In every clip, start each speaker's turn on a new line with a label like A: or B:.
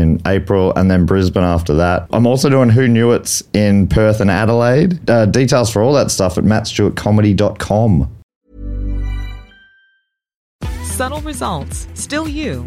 A: in April, and then Brisbane after that. I'm also doing Who Knew It's in Perth and Adelaide. Uh, details for all that stuff at mattstewartcomedy.com.
B: Subtle results, still you,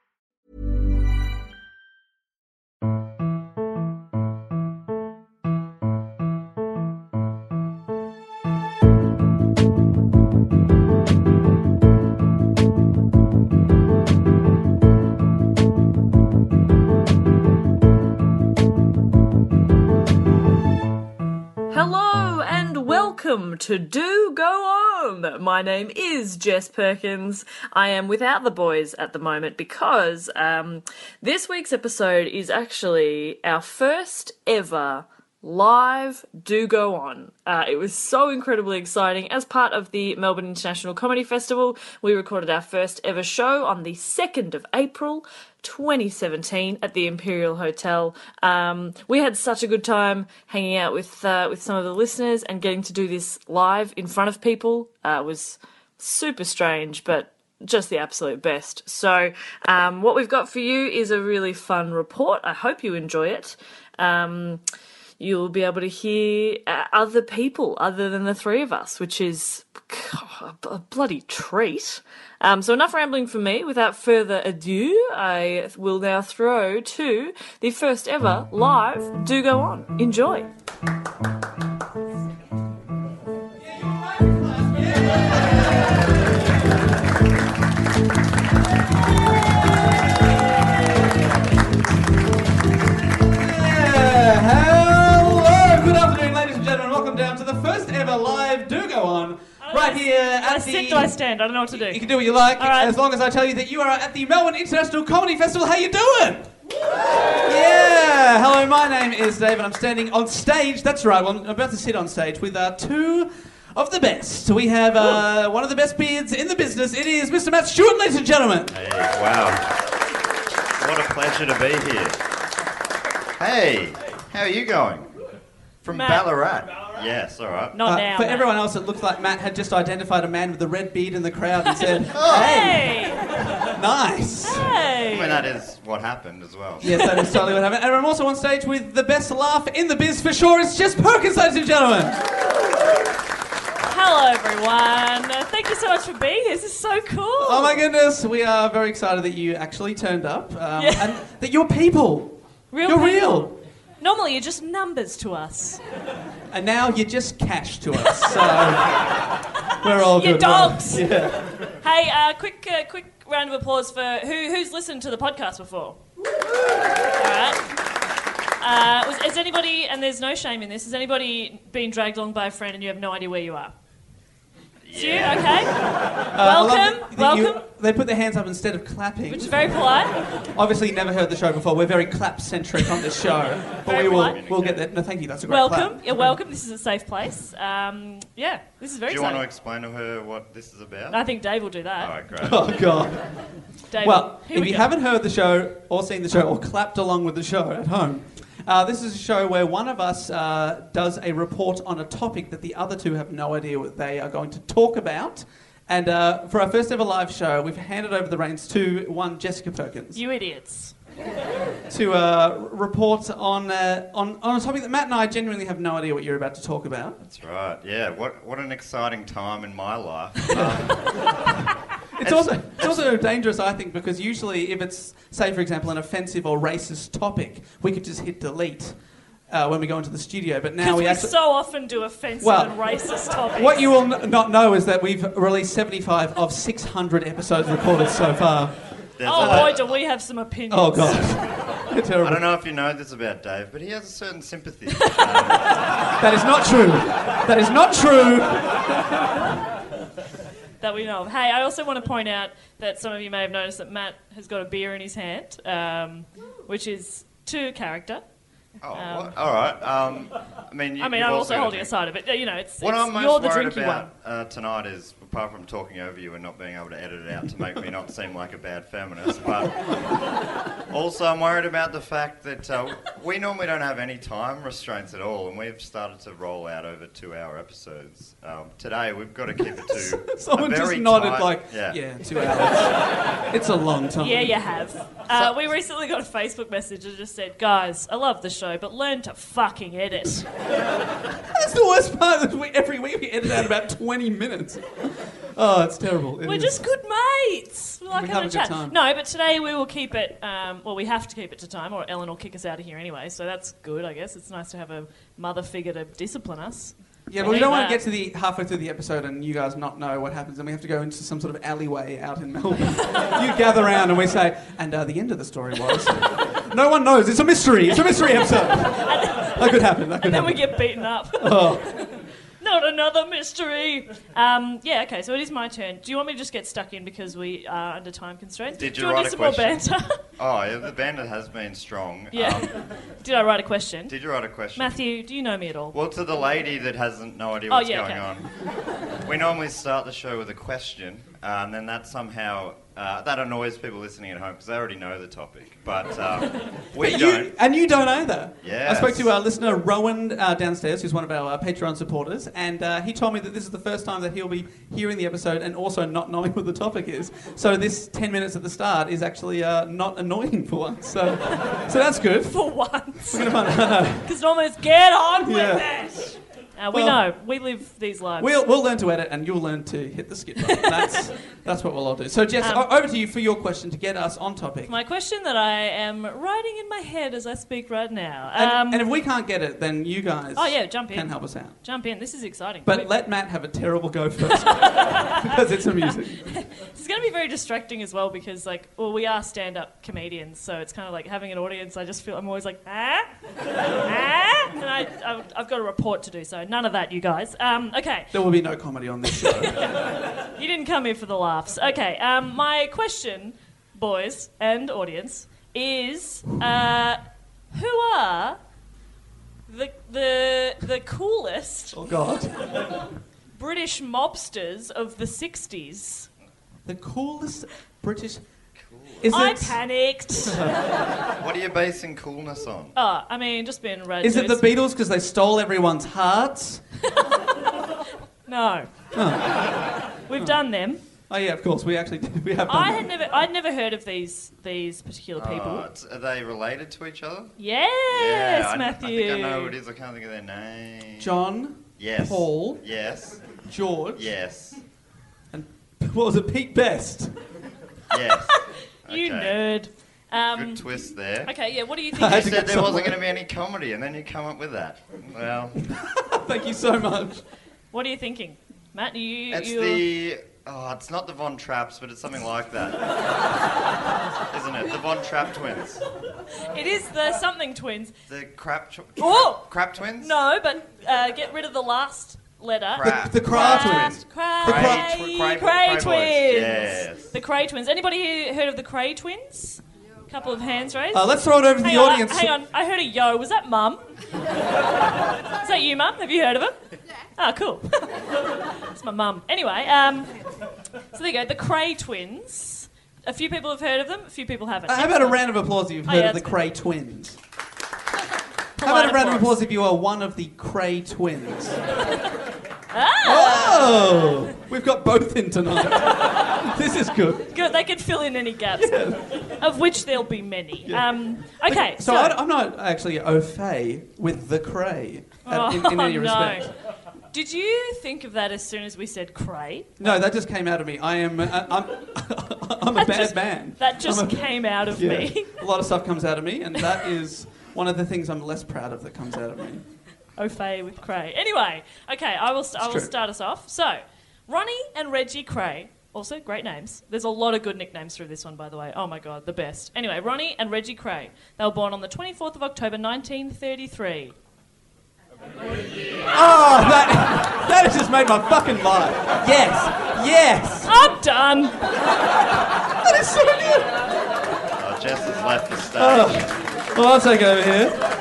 C: Hello and welcome to Do Go On. My name is Jess Perkins. I am without the boys at the moment because um, this week's episode is actually our first ever live Do Go On. Uh, it was so incredibly exciting. As part of the Melbourne International Comedy Festival, we recorded our first ever show on the 2nd of April 2017 at the Imperial Hotel. Um, we had such a good time hanging out with uh, with some of the listeners and getting to do this live in front of people uh, was super strange, but just the absolute best. So, um, what we've got for you is a really fun report. I hope you enjoy it. Um, you'll be able to hear uh, other people other than the three of us, which is a b- a bloody treat. Um, so, enough rambling for me. Without further ado, I will now throw to the first ever live Do Go On. Enjoy.
D: Hello, good afternoon, ladies and gentlemen. Welcome down to the first ever live Do Go On right here at
C: Uh, I sit, do I stand? I don't know what to do.
D: You can do what you like,
C: All right.
D: as long as I tell you that you are at the Melbourne International Comedy Festival. How you doing? Yeah. Hello, my name is Dave, and I'm standing on stage. That's right. Well, I'm about to sit on stage with uh, two of the best. We have uh, one of the best beards in the business. It is Mr. Matt Stewart, ladies and gentlemen.
A: Wow. What a pleasure to be here. Hey, how are you going? From
C: Matt.
A: Ballarat. Yes, all right.
C: Not
D: Uh,
C: now.
D: for
C: Matt.
D: everyone else, it looked like Matt had just identified a man with a red beard in the crowd and said, "Hey,
C: Oh, Hey!
D: nice."
A: I
C: Hey!
A: mean, that is what happened as well.
D: Yes, that is totally what happened. And I'm also on stage with the best laugh in the biz for sure. It's Jess Perkins, ladies and gentlemen.
C: Hello, everyone. Thank you so much for being here. This is so cool.
D: Oh my goodness, we are very excited that you actually turned up um,
C: Yeah.
D: and that you're people.
C: Real
D: you're
C: people.
D: real.
C: Normally, you're just numbers to us.
D: And now you're just cash to us. So we're all
C: You
D: good.
C: dogs.
D: Right? Yeah.
C: Hey, uh, quick, uh, quick round of applause for who, who's listened to the podcast before. All right. Uh, was, has anybody, and there's no shame in this, has anybody been dragged along by a friend and you have no idea where you are? It's you, okay?
D: Uh, I love
C: welcome,
D: that- that you-
C: welcome,
D: they put their hands up instead of clapping.
C: which is very polite.
D: Obviously, you never heard the show before. We're very clap centric on this show, but
C: Very
D: we will
C: polite.
D: we'll get that. No, thank you. That's a great
C: Welcome,
D: clap.
C: you're welcome. This is a safe place. Um, yeah, this is very
A: Do you want
C: exciting.
A: to explain to her what this is about?
C: I think Dave will do that.
A: All right, great.
D: Oh god.
C: Dave,
D: Well,
C: here
D: if
C: we
D: you
C: go.
D: haven't heard the show or seen the show or clapped along with the show at home, Uh, this is a show where one of us uh, does a report on a topic that the other two have no idea what they are going to talk about. And uh, for our first ever live show, we've handed over the reins to one Jessica Perkins
E: You idiots.
D: to uh, report on, uh, on on a topic that Matt and I genuinely have no idea what you're about to talk about.
A: That's right. Yeah. What what an exciting time in my life.
D: It's also it's also dangerous, I think, because usually if it's say for example an offensive or racist topic, we could just hit delete uh, when we go into the studio. But now
C: Because
D: we
C: we,
D: actually.
C: so often do offensive
D: Well,
C: and racist topics.
D: What you will n- not know is that we've released 75 of 600 episodes recorded so far.
A: There's
C: oh
A: a lot-
C: boy, do we have some opinions.
D: Oh god, They're
A: I don't
D: terrible.
A: know if you know this about Dave, but he has a certain sympathy.
D: That is not true. That is not true.
C: that we know of. Hey, I also want to point out that some of you may have noticed that Matt has got a beer in his hand, um, which is to character.
A: Oh, what? all right. Um, I mean, you,
C: I mean,
A: you've
C: I'm also
A: got a
C: holding a
A: drink.
C: side of it. You know, it's,
A: What
C: it's-
A: I'm most
C: you're the
A: worried
C: drinky one.
A: about uh, tonight is, apart from talking over you and not being able to edit it out to make me not seem like a bad feminist, but also I'm worried about the fact that uh, we normally don't have any time restraints at all, and we've started to roll out over two-hour episodes. Um, today we've got to keep it to
D: Someone
A: a
D: just
A: very
D: nodded
A: tight-
D: like, yeah. two hours. it's a long time.
C: Yeah, you have. Uh, we recently got a Facebook message that just said, guys, I love the show, but learn to fucking edit.
D: That's the worst part. Is we, every week we edit out about 20 minutes. Oh, it's terrible. It
C: We're
D: is.
C: just good mates. We like
D: We
C: having a
D: have a good
C: chat.
D: time.
C: No, but today we will keep it. Um, well, we have to keep it to time, or Ellen will kick us out of here anyway. So that's good, I guess. It's nice to have a mother figure to discipline us.
D: Yeah,
C: We
D: but we
C: need
D: don't
C: that.
D: want to get to the halfway through the episode and you guys not know what happens, and we have to go into some sort of alleyway out in Melbourne. you gather around and we say, and uh, the end of the story was. no one knows. It's a mystery. It's a mystery episode. that could happen. That could
C: And then we
D: happen.
C: get beaten up.
D: Oh.
C: Not another mystery. Um, yeah, okay. So it is my turn. Do you want me to just get stuck in because we are under time constraints?
A: Did
C: Do
A: you
C: want to
A: write
C: do
A: a
C: some more banter?
A: Oh, yeah, the bandit has been strong.
C: yeah.
A: Um,
C: Did I write a question?
A: did you write a question?
C: Matthew, do you know me at all?
A: Well, to the lady that hasn't no idea
C: Oh,
A: what's
C: yeah,
A: going
C: okay.
A: on, we normally start the show with a question, uh, and then that somehow uh, that annoys people listening at home because they already know the topic, but um, we
D: But
A: don't.
D: you, and you don't either. I
A: Yes.
D: spoke to our listener Rowan uh, downstairs, who's one of our uh, Patreon supporters, and uh, he told me that this is the first time that he'll be hearing the episode and also not knowing what the topic is. So this ten minutes at the start is actually uh, not annoying for once. So, so that's good.
C: For once.
D: We're gonna find out.
C: Because normally it's get on with
D: Yeah.
C: it. Uh, we
D: Well-
C: know. We live these lives.
D: We'll, we'll learn to edit and you'll learn to hit the skip button. That's, that's what we'll all do. So, Jess,
C: Um,
D: o- over to you for your question to get us on topic.
C: My question that I am writing in my head as I speak right now.
D: and,
C: Um,
D: and if we can't get it, then you guys
C: Oh, yeah, jump in.
D: can help us out.
C: jump in. This is exciting.
D: But
C: We-
D: let Matt have a terrible go first because it's amusing.
C: It's going to be very distracting as well because, like, well, we are stand-up comedians, so it's kind of like having an audience. I just feel I'm always like, ah, ah, and I, I've, I've got a report to do, so none of that, you guys. Um, okay,
D: There will be no comedy on this show.
C: you didn't come here for the laughs. Okay, um, my question, boys and audience, is uh, who are the the the coolest
D: oh, God.
C: British mobsters of the '60s?
D: The coolest British. Is
C: I
D: it,
C: panicked.
A: What are you basing coolness on?
C: Oh, I mean, just being red.
D: is it the
C: dudes.
D: Beatles because they stole everyone's hearts?
C: No. We've done them.
D: Oh, yeah, of course. We actually did. We have done
C: I
D: that.
C: had never, I'd never heard of these these particular people.
A: Uh, it's- are they related to each other?
C: yes,
A: yeah, I-
C: Matthew.
A: I, think I know who it is. I can't think of their name.
D: John,
A: Yes.
D: Paul,
A: Yes.
D: George.
A: Yes.
D: What was it? Pete Best.
A: Yes.
C: You
A: okay.
C: nerd. Um,
A: Good twist there.
C: okay, yeah. What do you
D: I
A: You
D: had
C: think?
D: to
A: said
D: get
A: there
D: somewhere.
A: wasn't going to be any comedy, and then you come up with that. Well.
D: Thank you so much.
C: what are you thinking, Matt? You,
A: It's
C: you.
A: the. Oh, it's not the Von Trapps, but it's something like that. Isn't it? The Von Trapp twins.
C: It is the something twins.
A: The Crap, tw-
C: Oh!
A: crap twins?
C: No, but uh, get rid of the last letter.
A: Crap.
D: The- the Cra twins.
C: Cra-
A: The Cra-
C: Cray,
A: Cray- Cray-
C: Cray
A: Cray boys.
C: twins.
A: Yes.
C: The Cray twins. Anybody here heard of the Cray twins? Couple of hands raised.
D: Uh, let's throw it over to
C: Hang
D: the
C: on,
D: audience.
C: I, hang on, I heard a yo. Was that mum? Is that you, mum? Have you heard of him? Yeah. Ah, cool. it's my mum. Anyway, um, so there you go. The Cray twins. A few people have heard of them. A few people haven't.
D: Uh, How about a round of applause if you've
C: Oh,
D: heard
C: yeah,
D: of the
C: that's
D: Cray twins? How about
C: polite
D: a round
C: applause.
D: of applause if you are one of the Cray twins? Oh! We've got both in tonight. this is good.
C: Good, they can fill in any gaps, of which there'll be many. Um, okay,
D: So, I, I'm not actually au fait with the Cray at- in, in any
C: Oh,
D: respect.
C: No. Did you think of that as soon as we said cray?
D: No, that just came out of me. I am. Uh, I'm. I'm a bad
C: just-
D: man.
C: That just
D: I'm a-
C: came out of
D: Yeah.
C: me.
D: a lot of stuff comes out of me, and that is one of the things I'm less proud of that comes out of me.
C: Au fait with cray. Anyway, okay, I will, st- I
D: It's
C: will
D: true.
C: start us off. So, Ronnie and Reggie Cray, also great names. There's a lot of good nicknames through this one, by the way. Oh my god, the best. Anyway, Ronnie and Reggie Cray. They were born on the 24th of October 1933.
D: Oh, that that has just made my fucking life. Yes, yes.
C: I'm done!
D: That is so good.
A: Oh, Jess has left the stage.
D: Well, I'll take over here.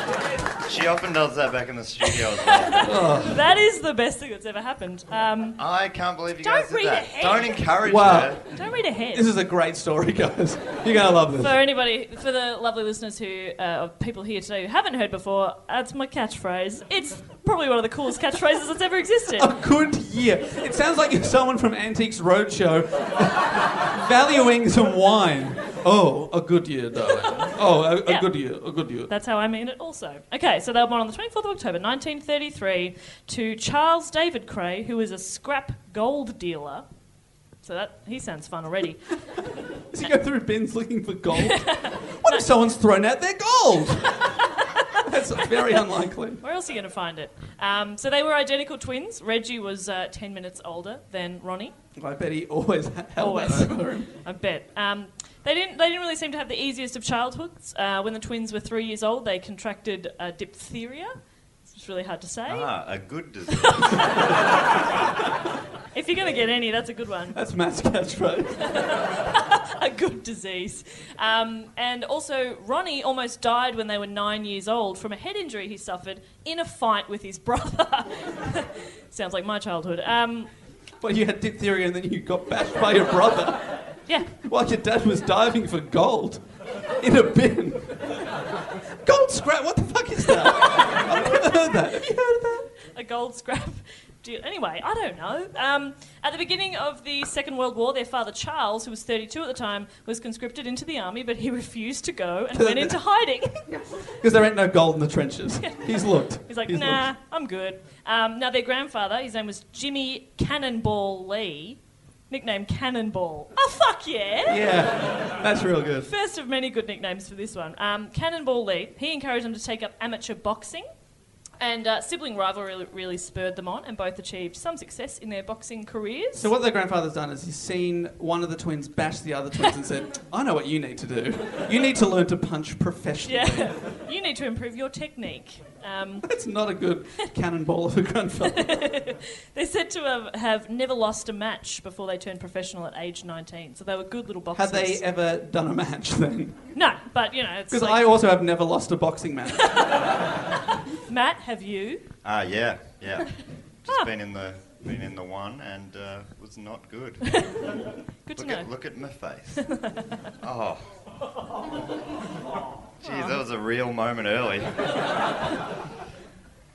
A: She often does that back in the studio as well.
C: That is the best thing that's ever happened. Um,
A: I can't believe you
C: Don't
A: guys
C: read
A: did that.
C: ahead.
A: Don't encourage
D: Wow.
A: her.
C: don't read ahead.
D: This is a great story, guys. You're gonna love
C: For
D: this.
C: anybody, for the lovely listeners who, uh, of people here today who haven't heard before, that's my catchphrase. It's probably one of the coolest catchphrases that's ever existed.
D: A good year. It sounds like you're someone from Antiques Roadshow valuing some wine. Oh, a good year, darling. Oh, a, a
C: Yeah.
D: good year, a good year.
C: That's how I mean it also. Okay, so they were born on the 24th of October 1933 to Charles David Cray, who is a scrap gold dealer. So that he sounds fun already.
D: Does he go through bins looking for gold? what if someone's thrown out their gold? That's very unlikely.
C: Where else are you going to find it? Um, so they were identical twins. Reggie was uh, 10 minutes older than Ronnie.
D: I bet he always held
C: Always.
D: that over him.
C: I bet. Um, they didn't. They didn't really seem to have the easiest of childhoods. Uh, when the twins were three years old, they contracted uh, diphtheria. It's really hard to say.
A: Ah, a good disease.
C: If you're going to get any, that's a good one.
D: That's Matt's catchphrase.
C: a good disease. Um, and also, Ronnie almost died when they were nine years old from a head injury he suffered in a fight with his brother. Sounds like my childhood. Um,
D: Well, you had diphtheria and then you got bashed by your brother
C: yeah.
D: while your dad was diving for gold in a bin. Gold scrap? What the fuck is that? I've never heard that. Have you heard that?
C: a gold scrap deal. Anyway, I don't know. Um, at the beginning of the Second World War, their father Charles, who was 32 at the time, was conscripted into the army, but he refused to go and went into hiding.
D: Because there ain't no gold in the trenches. He's looked.
C: He's like, nah, I'm good. Um, now, their grandfather, his name was Jimmy Cannonball Lee, nicknamed Cannonball. Oh, fuck yeah!
D: Looked. Yeah, that's real good.
C: First of many good nicknames for this one. Um, Cannonball Lee, he encouraged them to take up amateur boxing, and uh, sibling rivalry really, really spurred them on, and both achieved some success in their boxing careers.
D: So what their grandfather's done is he's seen one of the twins bash the other twins and said, "I know what you need to do. You need to learn to punch professionally."
C: Yeah, you need to improve your technique. Um,
D: That's not a good cannonball of a grandfather.
C: they're said to have, have never lost a match before they turned professional at age 19, so they were good little boxers.
D: Had they ever done a match then?
C: No, but you know, it's
D: Because
C: like,
D: I also have never lost a boxing match.
C: Matt, have you?
A: Ah, yeah, yeah.
C: Ah.
A: Just been in the been in the one and uh, was not good.
C: Good to
A: Look
C: know.
A: at look at my face. Oh. Geez, that was a real moment early.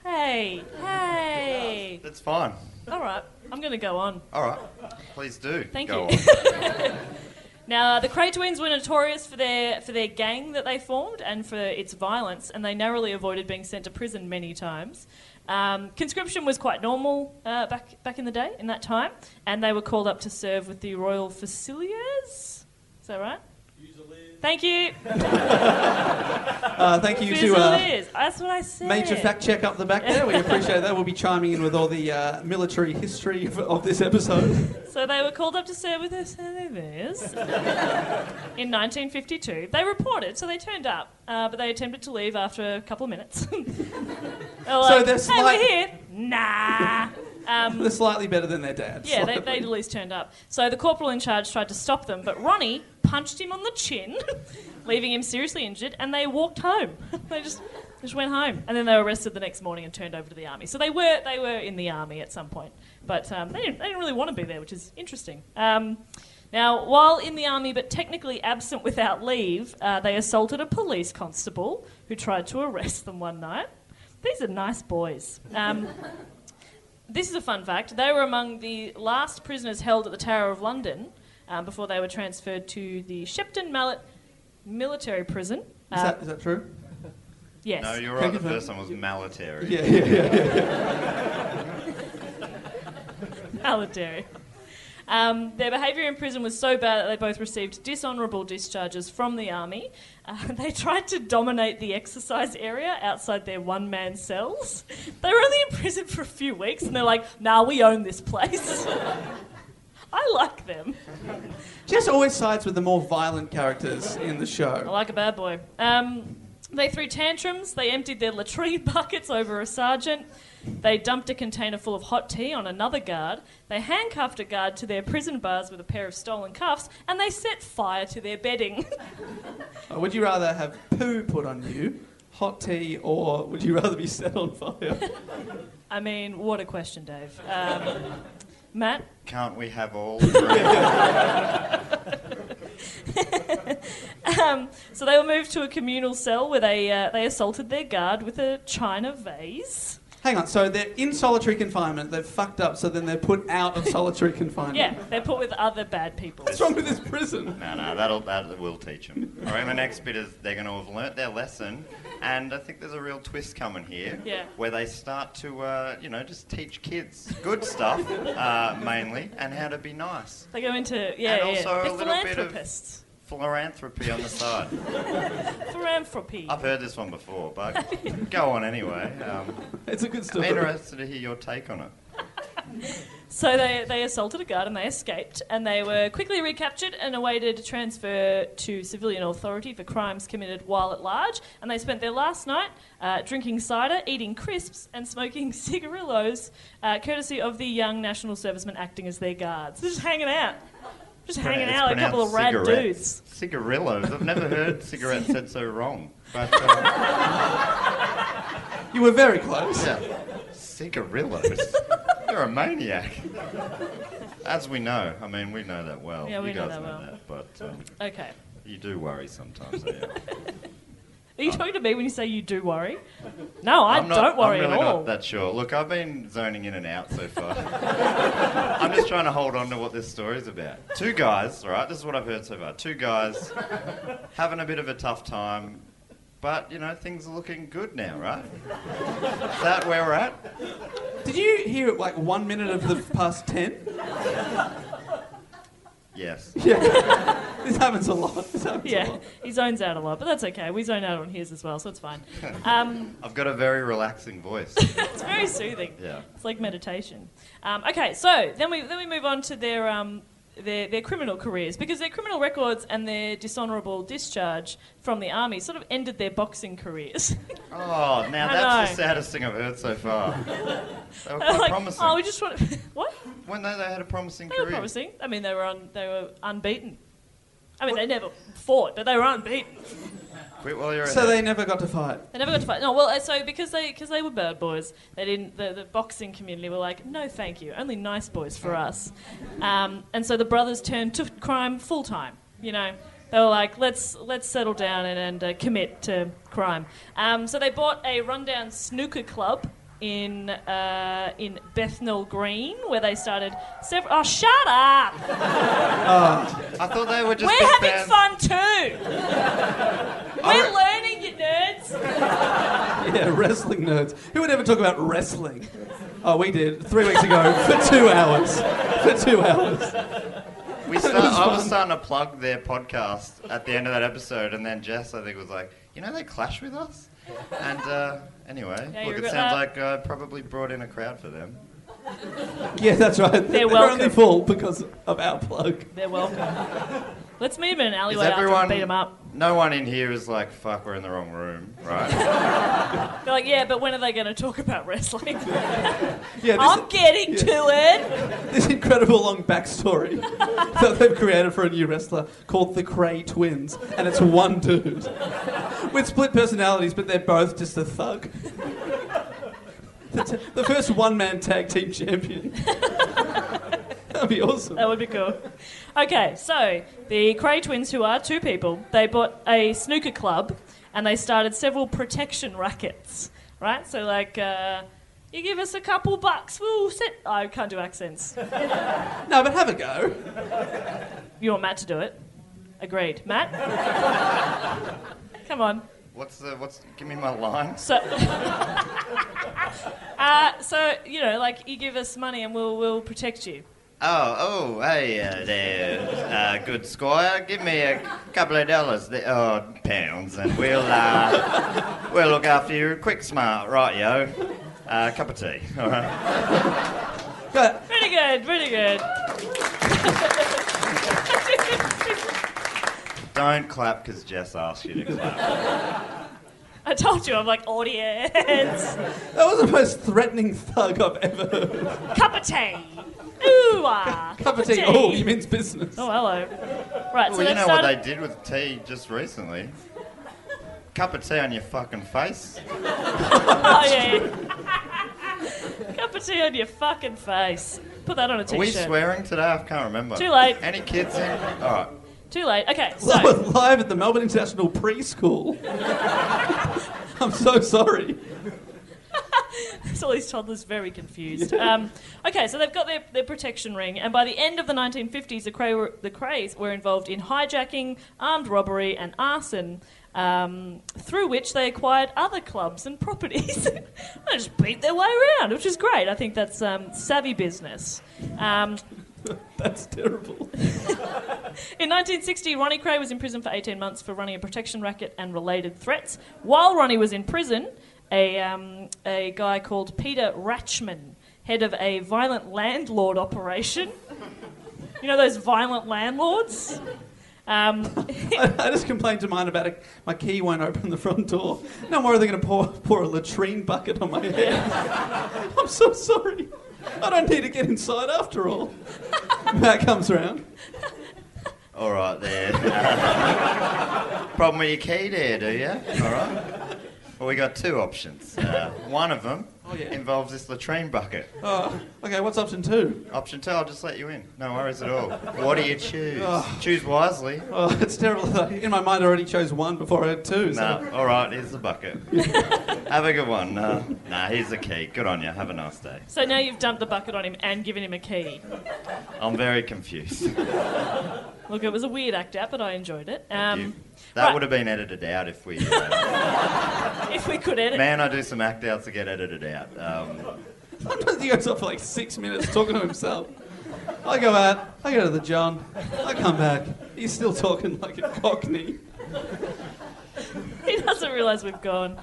C: Hey, hey.
A: That's fine.
C: All right, I'm going to go on.
A: All right. Please do.
C: Thank
A: go
C: you.
A: On.
C: Now, the Cray twins were notorious for their for their gang that they formed and for its violence, and they narrowly avoided being sent to prison many times. Um, conscription was quite normal uh, back back in the day, in that time, and they were called up to serve with the Royal Fusiliers. Is that right? Thank you.
D: Uh, thank you to uh,
C: Fusiliers. That's what I said.
D: Major Fact Check up the back there. We appreciate that. We'll be chiming in with all the uh, military history of, of this episode.
C: So they were called up to serve with their service in 1952. They reported, so they turned up, uh, but they attempted to leave after a couple of minutes. They were like,
D: they're
C: hey,
D: slight-
C: we're here. Nah.
D: They're slightly better than their dads.
C: Um, Yeah, they, they at least turned up. So the corporal in charge tried to stop them, but Ronnie punched him on the chin, leaving him seriously injured, and they walked home. they just just went home, and then they were arrested the next morning and turned over to the army. So they were they were in the army at some point, but um, they didn't they didn't really want to be there, which is interesting. Um, Now, while in the army but technically absent without leave, uh, they assaulted a police constable who tried to arrest them one night. These are nice boys. Um, this is a fun fact. They were among the last prisoners held at the Tower of London um, before they were transferred to the Shepton Mallet military prison. Uh,
D: Is that, is that true?
C: yes.
A: No, you're right. The
D: Thank you,
A: first one was malatory.
D: Yeah, yeah, yeah.
C: Voluntary. Um, their behaviour in prison was so bad that they both received dishonourable discharges from the army. Uh, they tried to dominate the exercise area outside their one man cells. They were only in prison for a few weeks and they're like, nah, we own this place. I like them.
D: Jess always sides with the more violent characters in the
C: I
D: show.
C: like a bad boy. Um, they threw tantrums. They emptied their latrine buckets over a sergeant. They dumped a container full of hot tea on another guard. They handcuffed a guard to their prison bars with a pair of stolen cuffs, and they set fire to their bedding.
D: Uh, Would you rather have poo put on you, hot tea, or would you rather be set on fire?
C: I mean, what a question, Dave. Um, Matt,
A: Can't we have all? three?
C: So they were moved to a communal cell where they uh, they assaulted their guard with a china vase.
D: Hang on, so they're in solitary confinement, they've fucked up, so then they're put out of solitary confinement.
C: Yeah, they're put with other bad people.
D: What's wrong with this prison?
A: no, no, that'll that will teach them. All right, the next bit is they're going to have learnt their lesson, and I think there's a real twist coming here,
C: Yeah.
A: where they start to, uh, you know, just teach kids good stuff uh, mainly, and how to be nice.
C: They go into yeah,
A: And
C: yeah.
A: also a
C: They're
A: little bit of-
C: philanthropists.
A: Philanthropy on the side.
C: Philanthropy.
A: I've heard this one before, but go on anyway. Um,
D: It's a good
A: I'm
D: story.
A: interested to hear your take on it.
C: So they, they assaulted a guard and they escaped, and they were quickly recaptured and awaited transfer to civilian authority for crimes committed while at large. And they spent their last night uh, drinking cider, eating crisps, and smoking cigarillos, uh, courtesy of the young national servicemen acting as their guards. They're just hanging out. Just hanging
A: It's
C: out like a couple of rad
A: pronounced
C: dudes.
A: Cigarillos. I've never heard cigarettes said so wrong. But uh,
D: You were very close.
A: yeah. cigarillos. You're a maniac. As we know, I mean, we know that well.
C: Yeah, we
A: you
C: know
A: guys
C: that well.
A: that, but um,
C: Okay.
A: you do worry sometimes. don't you?
C: Are you talking to me when you say you do worry? No, I
A: I'm not,
C: don't worry
A: I'm really
C: at all.
A: not that sure. Look, I've been zoning in and out so far. I'm just trying to hold on to what this story's about. Two guys, all right, this is what I've heard so far. Two guys having a bit of a tough time, but, you know, things are looking good now, right? Is that where we're at?
D: Did you hear it like one minute of the past ten?
A: Yes.
D: This happens a lot. This happens a
C: yeah,
D: lot.
C: he zones out a lot, but that's okay. We zone out on his as well, so it's fine. Um,
A: I've got a very relaxing voice.
C: It's very soothing.
A: Yeah.
C: It's like meditation. Um, okay, so then we then we move on to their um, their their criminal careers because their criminal records and their dishonourable discharge from the army sort of ended their boxing careers.
A: Oh, now
C: I
A: that's the
C: know.
A: saddest thing I've heard so far. They were quite
C: like,
A: promising.
C: oh, we just want to, what?
A: When they, they had a promising
C: They
A: career.
C: were promising. I mean, they were on they were unbeaten. I mean, they never fought, but they were unbeaten.
A: Quit while you're
D: So
A: ahead.
D: they never got to fight.
C: They never got to fight. No, well, uh, so because they because they were bad boys, they didn't. The, the boxing community were like, no, thank you, only nice boys for us. Um, and so the brothers turned to crime full time. You know, they were like, let's let's settle down and, and uh, commit to crime. Um, so they bought a rundown snooker club in uh, in Bethnal Green, where they started several. Oh, shut up!
A: I thought they were just
C: We're
A: big
C: having
A: bands.
C: fun too. We're learning, you nerds.
D: Yeah, wrestling nerds. Who would ever talk about wrestling? Oh, we did three weeks ago for two hours. For two hours.
A: We start,
D: was
A: I was
D: fun.
A: starting to plug their podcast at the end of that episode, and then Jess, I think, was like, "You know, they clash with us." And uh, anyway,
C: Yeah, you
A: look, it
C: regret
A: sounds
C: that?
A: like I probably brought in a crowd for them.
D: Yeah, that's right. They're, only
C: welcome.
D: full because of our plug.
C: They're welcome. Let's meet him in an
A: Is
C: alleyway after
A: everyone?
C: and beat him up.
A: No one in here is like, "Fuck, we're in the wrong room," right?
C: They're like, yeah, but when are they going to talk about wrestling?
D: Yeah,
C: I'm getting to it.
D: this, this incredible long backstory that they've created for a new wrestler called the Cray Twins, and it's one dude with split personalities, but they're both just a thug. The, t- the first one-man tag team champion. That'd be awesome.
C: That would be cool. Okay, so the Cray twins, who are two people, they bought a snooker club and they started several protection rackets, right? So, like, uh, you give us a couple bucks, we'll sit. I can't do accents.
D: No, but have a go.
C: You want Matt to do it? Agreed. Matt? Come on.
A: What's the what's? Give me my line.
C: So, uh, so you know, like, you give us money and we'll, we'll protect you.
A: Oh, oh, hey uh, there, uh, good squire. Give me a couple of dollars, there, oh, pounds, and we'll uh, we'll look after you. Quick, smart, right, yo. Uh, cup of tea. All right.
D: Go.
C: Pretty good, pretty good.
A: Don't clap because Jess asked you to clap.
C: I told you, I'm like, audience.
D: That was the most threatening thug I've ever heard.
C: cup of tea. Ooh, ah.
D: Cup of tea. Oh, he means business.
C: Oh, hello. Right, so
A: well, you
C: let's
A: know
C: start.
A: what they did with tea just recently. Cup of tea on your fucking face.
C: Oh, yeah, yeah. Cup of tea on your fucking face. Put that on a
A: Are we
C: t-shirt.
A: swearing today? I can't remember.
C: Too late.
A: Any kids in? All right.
C: Too late. Okay,
D: That was
C: so
D: live at the Melbourne International Preschool. I'm so sorry.
C: it's all these toddlers very confused. Um, okay, so they've got their, their protection ring, and by the end of the 1950s, the, Cray were, the Crays were involved in hijacking, armed robbery, and arson. Um, through which they acquired other clubs and properties. they just beat their way around, which is great. I think that's um, savvy business. Um,
D: That's terrible.
C: In 1960, Ronnie Cray was in prison for 18 months for running a protection racket and related threats. While Ronnie was in prison, a, um, a guy called Peter Ratchman, head of a violent landlord operation, you know those violent landlords? Um,
D: I, I just complained to mine about a, my key won't open the front door. No more are they going to pour, pour a latrine bucket on my head. I'm so sorry. I don't need to get inside after all. That comes round.
A: All right there. Problem with your key there, do you? All right. Well, we got two options. Uh, one of them
D: yeah.
A: involves this latrine bucket.
D: Oh, okay, what's option two?
A: Option two, I'll just let you in. No worries at all. What do you choose? Choose wisely.
D: Oh, it's terrible. that I- In my mind, I already chose one before I had two. So.
A: Nah, all right, here's the bucket. Have a good one. Nah, nah, here's the key. Good on you. Have a nice day.
C: so now you've dumped the bucket on him and given him a key.
A: I'm very confused.
C: Um, Look, it was a weird act out, but I enjoyed it.
A: You-
C: Um,
A: that
C: right.
A: would have been edited out if we. Uh,
C: if we could edit.
A: man, I do some act outs that get edited out. Um,
D: Sometimes he goes off for like six minutes talking to himself. I go out, I go to the John, I come back. He's still talking like a cockney.
C: he doesn't realise we've gone.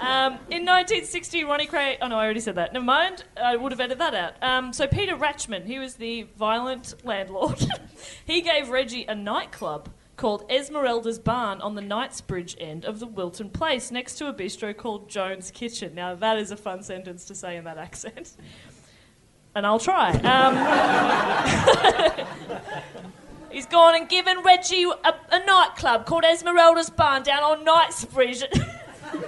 C: Um, in 1960, Ronnie Cray. Oh no, I already said that. Never mind. I would have edited that out. Um, so Peter Ratchman, he was the violent landlord. he gave Reggie a nightclub called Esmeralda's Barn on the Knightsbridge end of the Wilton Place, next to a bistro called Jones Kitchen. Now that is a fun sentence to say in that accent. And I'll try. Um, he's gone and given Reggie a, a nightclub called Esmeralda's Barn down on Knightsbridge. Fuck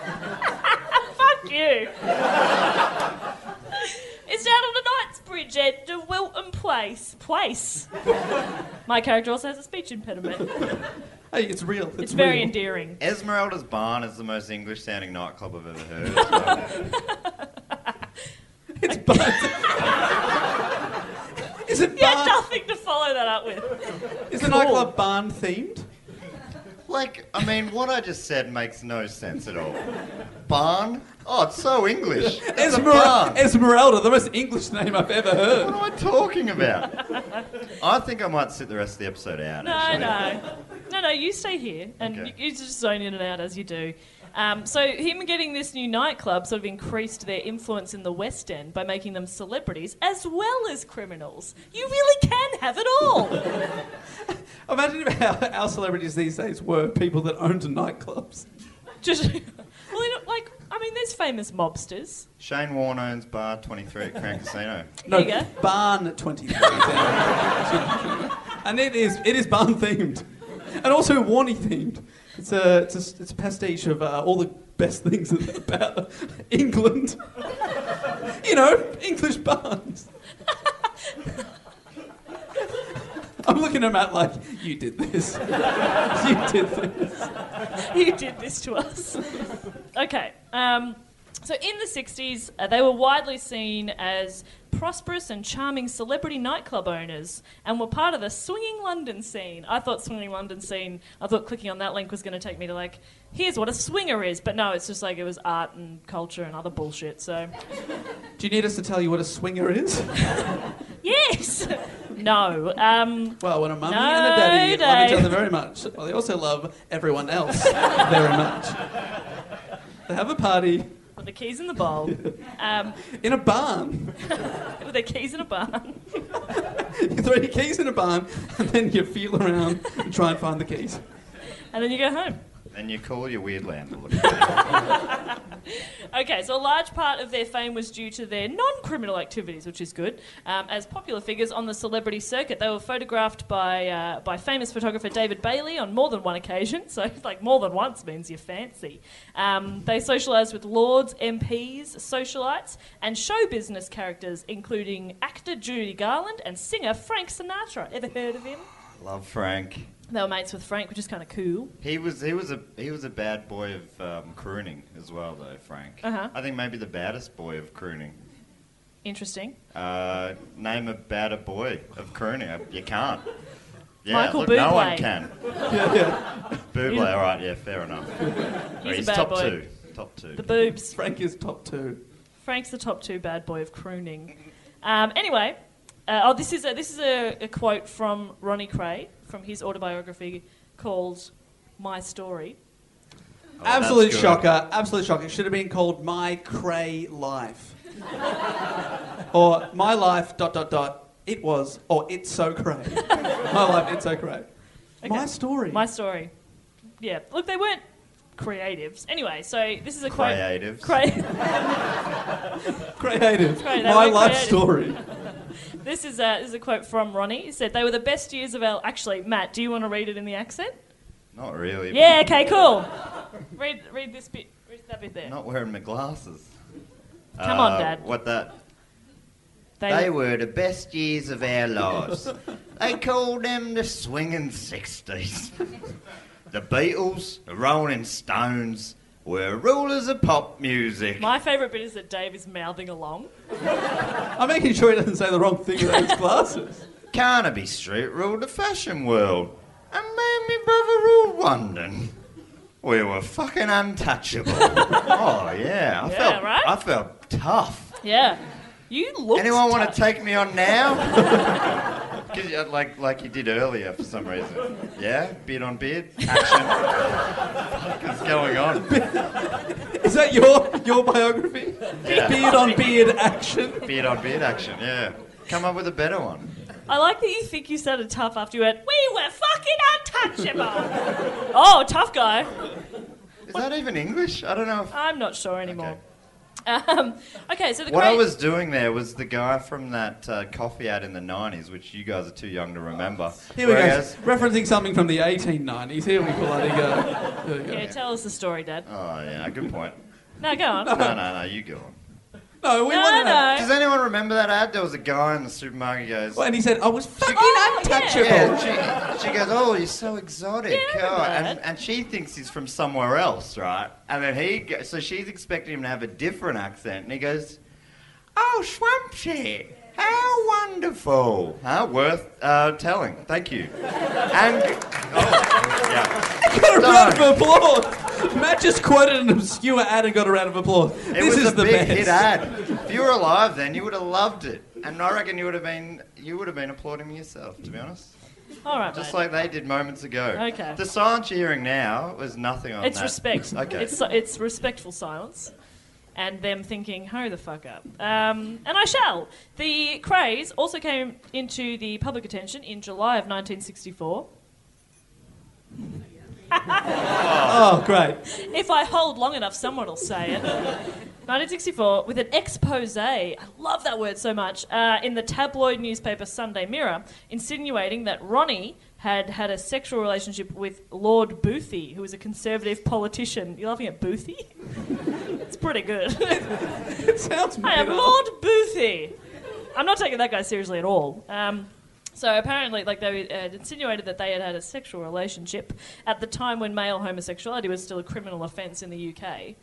C: you. it's down on the Knightsbridge at the Wilton Place. Place. My character also has a speech impediment. It's,
D: Hey, it's real. It's,
C: very
D: real.
C: endearing.
A: Esmeralda's Barn is the most English sounding nightclub I've ever heard.
D: It's barn. is it
C: You
D: barn?
C: had nothing to follow that up with.
D: is the nightclub barn themed?
A: like, I mean, what I just said makes no sense at all. Barn? Oh, it's so English. It's a barn.
D: Esmeralda, Esmeralda, the most English name I've ever heard.
A: What am I talking about? I think I might sit the rest of the episode out.
C: No,
A: actually.
C: no. No, no, you stay here and
A: Okay.
C: you, you just zone in and out as you do. Um, so, him getting this new nightclub sort of increased their influence in the West End by making them celebrities as well as criminals. You really can have it all.
D: Imagine if our, our celebrities these days were people that owned nightclubs.
C: just, well, you know, like, I mean, there's famous mobsters.
A: Shane Warne owns Bar 23 at Crown Casino.
D: No,
C: There you
D: barn twenty three. and it is it is barn themed, and also Warney themed. It's a it's a, it's a pastiche of uh, all the best things about England. you know, English barns. I'm looking at Matt like, you did this. you did this.
C: you did this to us. okay. Um, so in the 60s, uh, they were widely seen as prosperous and charming celebrity nightclub owners and were part of the swinging London scene. I thought swinging London scene, I thought clicking on that link was going to take me to like, here's what a swinger is. But no, it's just like it was art and culture and other bullshit. So,
D: Do you need us to tell you what a swinger is?
C: yes! no. Um,
D: Well, when a mummy
C: No,
D: and a daddy love each
C: Dave.
D: other very much, well, they also love everyone else very much. They have a party
C: put the keys in the bowl. Um,
D: in a barn.
C: put the keys in a barn.
D: You throw your keys in a barn, and then you feel around and try and find the keys.
C: And then you go home.
A: And you call your weird landlord.
C: Okay, so a large part of their fame was due to their non criminal activities, which is good. Um, as popular figures on the celebrity circuit, they were photographed by, uh, by famous photographer David Bailey on more than one occasion. So, like, more than once means you're fancy. Um, they socialised with lords, MPs, socialites, and show business characters, including actor Judy Garland and singer Frank Sinatra. Ever heard of him?
A: Love Frank.
C: They were mates with Frank, which is kind of cool.
A: He was he was a he was a bad boy of um, crooning as well though Frank.
C: Uh-huh.
A: I think maybe the baddest boy of crooning.
C: Interesting.
A: Uh, name a badder boy of crooning. I- You can't. Yeah,
C: Michael
A: look, no one
C: Bublé.
A: can.
D: Yeah, yeah.
A: Buble, all right, yeah, fair enough.
C: He's, a bad
A: top
C: boy.
A: two. Top two. Oh,
C: The boobs.
D: Frank is top two.
C: Frank's the top two bad boy of crooning. Um, anyway, uh, oh, this is a, this is a, a quote from Ronnie Cray from his autobiography called "My Story."
A: Oh, that's
D: absolute
A: good.
D: shocker. Absolute shocker. It should have been called My Cray Life. or My Life, dot, dot, dot. It was, or It's So Cray. my Life, It's So Cray. My
C: Okay.
D: story.
C: My story. Yeah, look, they weren't creatives. Anyway, so this is a quote.
A: Creatives.
C: Cray.
D: creative.
C: Right, that
D: my
C: went
D: life
C: creative.
D: story.
C: This is a, this is a quote from Ronnie. He said they were the best years of our. Actually, Matt, do you want to read it in the accent?
A: Not really. but
C: Yeah. Okay. Cool. Read read this bit. Read that bit there.
A: Not wearing my glasses.
C: Come on,
A: Uh,
C: Dad.
A: What that? They were the best years of our lives. they called them the swinging 60s. the Beatles, the Rolling Stones were rulers of pop music.
C: My favourite bit is that Dave is mouthing along.
D: I'm making sure he doesn't say the wrong thing about his glasses.
A: Carnaby Street ruled the fashion world. And me and me brother ruled London. We were fucking untouchable. oh, yeah.
C: Yeah,
A: I, felt,
C: right?
A: I felt tough.
C: Yeah. You look.
A: Anyone want to take me on now? 'Cause you- like, like you did earlier for some reason. Yeah? Beard on beard? Action. what is going on?
D: Is that your your biography?
A: Yeah.
D: Beard on beard action.
A: Beard on beard action, yeah. Come up with a better one.
C: I like that you think you sounded tough after you went, We were fucking untouchable. oh, tough guy.
A: Is that even English? I don't know if.
C: I'm not sure anymore.
A: Okay.
C: Um, okay, so the
A: What I
C: great-
A: was doing there was the guy from that uh, coffee ad in the 90s, which you guys are too young to remember.
D: Here we
A: Where he
D: go.
A: goes,
D: Referencing something from the 1890s. Here we bloody go. Here we go.
C: Yeah, tell us the story, Dad.
A: Oh, yeah, good point.
C: No, go on.
A: No, no, no, you go on.
D: No, we want
C: no,
D: to know.
A: Does
C: no.
A: anyone remember that ad? There was a guy in the supermarket goes,
D: Well, And he said, I was fucking
C: Oh, yeah.
D: untouchable.
A: Yeah, she, she goes, Oh, you're so exotic.
C: Yeah, I
A: oh,
C: remember
A: and,
C: that.
A: and she thinks he's from somewhere else, right? And then he go, so she's expecting him to have a different accent. And he goes, Oh, Swampsy, how wonderful. Huh? Worth uh, telling. Thank you. And, oh, yeah.
D: Got a round
A: Done.
D: of applause. Matt just quoted an obscure ad and got a round of applause.
A: It
D: this
A: was
D: is
A: a
D: the
A: big
D: best.
A: hit ad. If you were alive then, you would have loved it. And I reckon you would have been, you would have been applauding yourself, to be honest.
C: All right,
A: Just
C: mate.
A: like they did moments ago.
C: Okay.
A: The silence you're hearing now was nothing on
C: It's
A: that.
C: respect.
A: Okay.
C: It's, it's respectful silence. And them thinking, ho the fuck up. Um, and I shall. The craze also came into the public attention in July of 1964.
D: Oh, great.
C: If I hold long enough, someone will say it. 1964, with an expose, I love that word so much, uh, in the tabloid newspaper Sunday Mirror, insinuating that Ronnie had had a sexual relationship with Lord Boothie, who was a conservative politician. You're laughing at Boothie? it's pretty good.
D: It sounds made
C: I am
D: up.
C: Lord Boothie. I'm not taking that guy seriously at all. Um, So apparently, like they had insinuated that they had had a sexual relationship at the time when male homosexuality was still a criminal offence in the UK.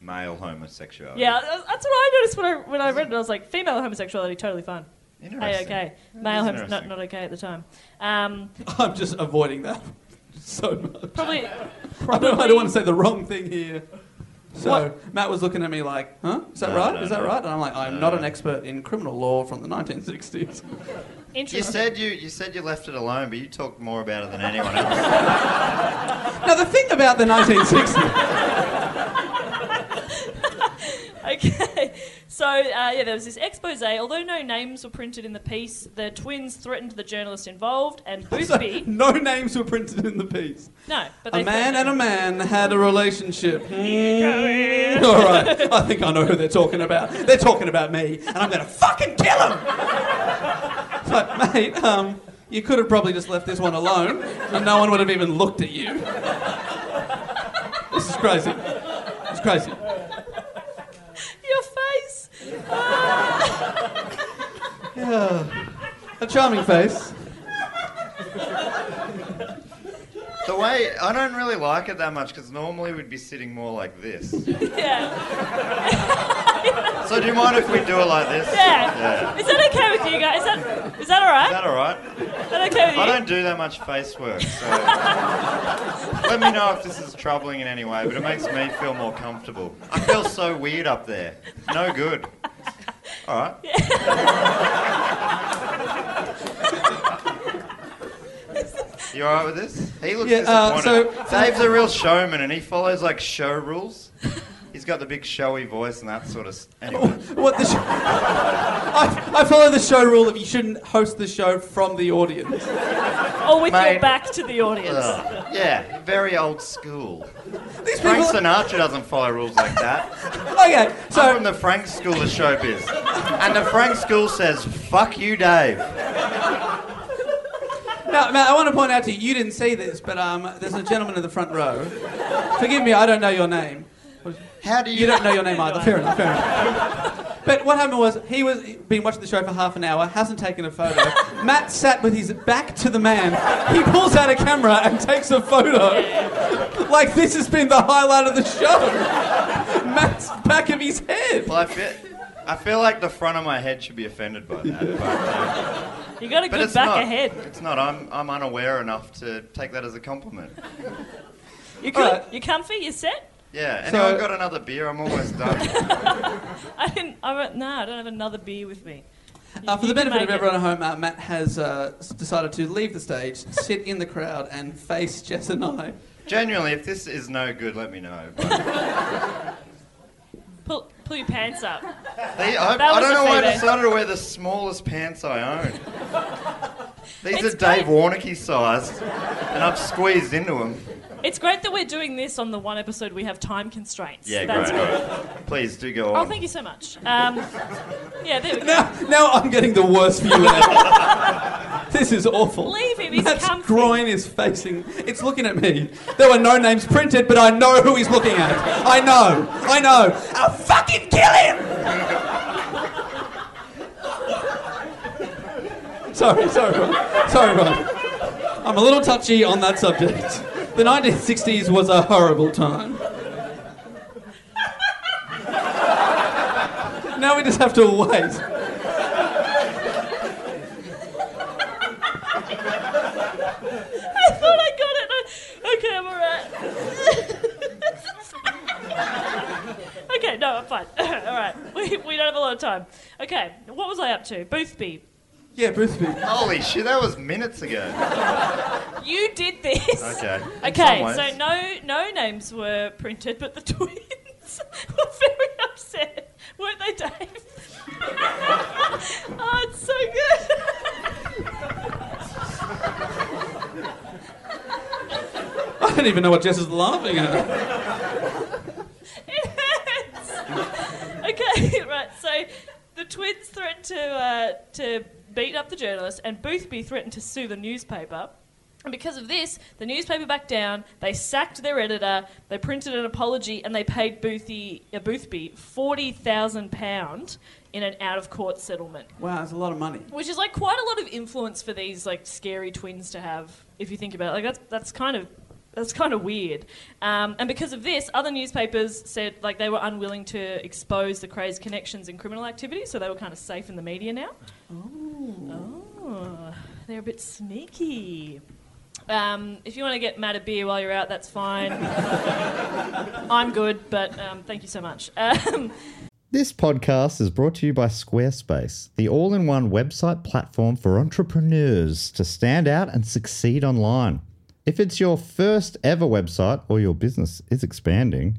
A: Male homosexuality.
C: Yeah, that's what I noticed when I when I read it. I was like, female homosexuality totally fine.
A: Interesting.
C: Hey, okay. Male
A: is
C: homes not
A: interesting.
C: not okay at the time. Um,
D: I'm just avoiding that so much.
C: probably.
D: I
C: probably
D: don't, I don't want to say the wrong thing here. So Matt was looking at me like, "Huh? Is that
A: No,
D: right?
A: no,
D: Is that
A: no.
D: right?" And I'm like, "I'm not an expert in criminal law from the 1960s."
A: You
C: Interesting.
A: said you, you said you left it alone, but you talked more about it than anyone else.
D: now the thing about the 1960s,
C: Okay. So, uh, yeah, there was this expose. Although no names were printed in the piece, the twins threatened the journalist involved and
D: so
C: Boothby.
D: no names were printed in the piece.
C: no, but they
D: A man and
C: threatened-
D: a man had a relationship. Mm. All right, I think I know who they're talking about. They're talking about me, and I'm gonna fucking kill him. But mate, um, you could have probably just left this one alone, and no one would have even looked at you. This is crazy. It's crazy.
C: Your face.
D: A charming face.
A: the way I don't really like it that much because normally we'd be sitting more like this.
C: Yeah.
A: So do you mind if we do it like this?
C: Yeah.
A: Yeah.
C: Is that okay with you guys? Is that is that all right?
A: Is that all right?
C: Is that okay with you?
A: I don't do that much face work, so let me know if this is troubling in any way. But it makes me feel more comfortable. I feel so weird up there. No good. All right. You alright with this? He looks
D: Yeah, uh,
A: disappointed. Dave's a real showman, and he follows like show rules. He's got the big showy voice and that sort of. St- anyway.
D: What the? Sh- I, I follow the show rule of you shouldn't host the show from the audience.
C: Or with your
A: Mate.
C: back to the
D: Oh,
C: audience.
A: Ugh. yeah, very old school.
D: These
A: Frank
D: people.
A: Sinatra doesn't follow rules like that.
D: Okay,
A: I'm
D: so
A: from the Frank School of Showbiz. And the Frank School says, fuck you, Dave.
D: Now, Matt, I want to point out to you, you didn't see this, but um, there's a gentleman in the front row. Forgive me, I don't know your name.
A: How do you.
D: You don't know your name either. Fair enough, fair enough. But what happened was he was been watching the show for half an hour, hasn't taken a photo. Matt sat with his back to the man. He pulls out a camera and takes a photo. Like this has been the highlight of the show. Matt's back of his head.
A: Well, I, feel, I feel like the front of my head should be offended by that. But,
C: You got a
A: but
C: good
A: it's
C: back
A: not.
C: ahead.
A: It's not. I'm, I'm unaware enough to take that as a compliment.
C: You cool?
D: Alright.
C: You comfy? You set?
A: Yeah.
D: So-
A: Anyone got another beer? I'm almost done.
C: I didn't. I, no, I don't have another beer with me.
D: Uh, for
C: You
D: the
C: can
D: benefit of
C: make it.
D: everyone at home, uh, Matt has uh, s- decided to leave the stage, sit in the crowd, and face Jess and I.
A: Genuinely, if this is no good, let me know. But
C: Pull, pull your pants up.
A: they, I,
C: That was
A: I don't
C: a
A: know why I
C: feeling.
A: decided to wear the smallest pants I own. These
C: It's
A: are
C: great.
A: Dave Warnicky sized, and I've squeezed into them.
C: It's great that we're doing this on the one episode we have time constraints.
A: Yeah,
C: That's
A: great.
C: Good.
A: all right. Please do go on.
C: Oh, thank you so much. Um, yeah, there we go.
D: Now, now I'm getting the worst view ever. this is awful.
C: Leave him, he's
D: Matt's
C: comfy.
D: groin is facing. It's looking at me. There were no names printed, but I know who he's looking at. I know. I know. I'll fucking kill him. sorry, sorry, Ron. sorry, Ron. I'm a little touchy on that subject. The 1960s was a horrible time. Now we just have to wait.
C: I thought I got it. Okay, I'm alright. okay, no, I'm fine. alright, we, we don't have a lot of time. Okay, what was I up to? Boothby,
D: Yeah, Boothby.
A: Holy shit, that was minutes ago.
C: you did this.
A: Okay. In some
C: Okay,
A: ways.
C: so no no names were printed, but the twins were very upset, weren't they, Dave? oh, it's so good.
D: I don't even know what Jess is laughing at.
C: it hurts. okay, right. So the twins threatened to uh, to beat up the journalist, and Boothby threatened to sue the newspaper. And because of this, the newspaper backed down, they sacked their editor, they printed an apology, and they paid Boothby, uh, Boothby £40,000 in an out of court settlement.
D: Wow, that's a lot of money.
C: Which is like quite a lot of influence for these like scary twins to have, if you think about it. Like that's that's kind of that's kind of weird. Um, and because of this, other newspapers said like they were unwilling to expose the crazed connections in criminal activity, so they were kind of safe in the media now. Oh, they're a bit sneaky. Um, if you want to get Matt a beer while you're out, that's fine. I'm good, but um, thank you so much. Um,
A: This podcast is brought to you by Squarespace, the all in one website platform for entrepreneurs to stand out and succeed online. If it's your first ever website or your business is expanding,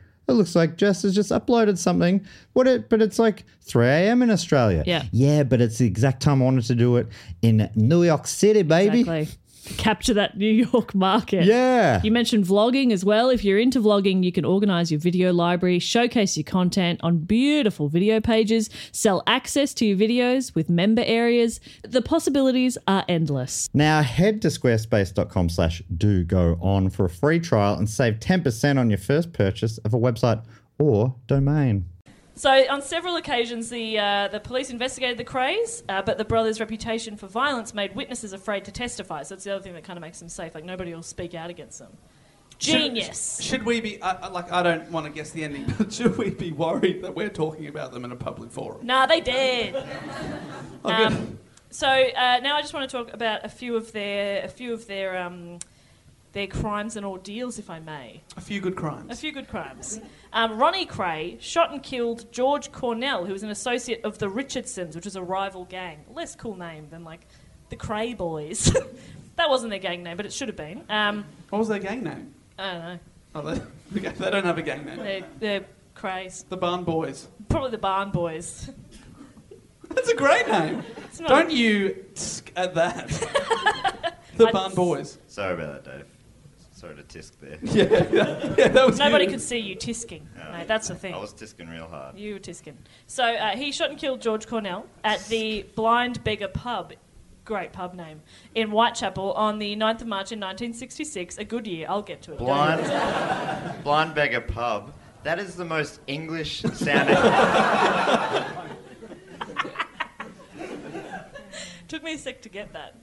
A: it looks like Jess has just uploaded something. What it? But it's like 3 a.m. in Australia.
F: Yeah.
A: Yeah, but it's the exact time I wanted to do it in New York City, baby.
F: Exactly. Capture that New York market.
A: Yeah.
F: You mentioned vlogging as well. If you're into vlogging, you can organize your video library, showcase your content on beautiful video pages, sell access to your videos with member areas. The possibilities are endless.
A: Now head to squarespace.com slash do go on for a free trial and save 10% on your first purchase of a website or domain.
C: So, on several occasions, the, uh, the police investigated the craze, uh, but the brothers' reputation for violence made witnesses afraid to testify. So, that's the other thing that kind of makes them safe. Like, nobody will speak out against them. Genius.
D: Should we be I I- like? I don't want to guess the ending, but should we be worried that we're talking about them in a public forum?
C: Nah, they did.
D: Okay.
C: Um, so uh, now I just want to talk about a few of their a few of their um, their crimes and ordeals, if I may.
D: a few good crimes.
C: A few good crimes. Um, Ronnie Cray shot and killed George Cornell, who was an associate of the Richardsons, which is a rival gang. Less cool name than like the Cray Boys. that wasn't their gang name, but it should have been. Um,
D: What was their gang name?
C: I don't know.
D: Oh, they, the gang- they don't have a gang name.
C: They're, they're Crays.
D: The Barn Boys.
C: Probably the Barn Boys.
D: That's a great name.
C: It's not-
D: Don't you sk- at that. the Barn Boys.
G: Sorry about that, Dave. Sorry to tisk there.
D: Yeah, yeah, yeah, that was
C: Nobody
D: you.
C: could see you tisking. No, that's the thing.
G: I was tisking real hard.
C: You were tisking. So uh, he shot and killed George Cornell at the Blind Beggar Pub, great pub name, in Whitechapel on the 9th of March in 1966. A good year. I'll get to it. don't worry.
G: Blind, blind beggar pub. That is the most English sounding.
C: Took me a sec to get that.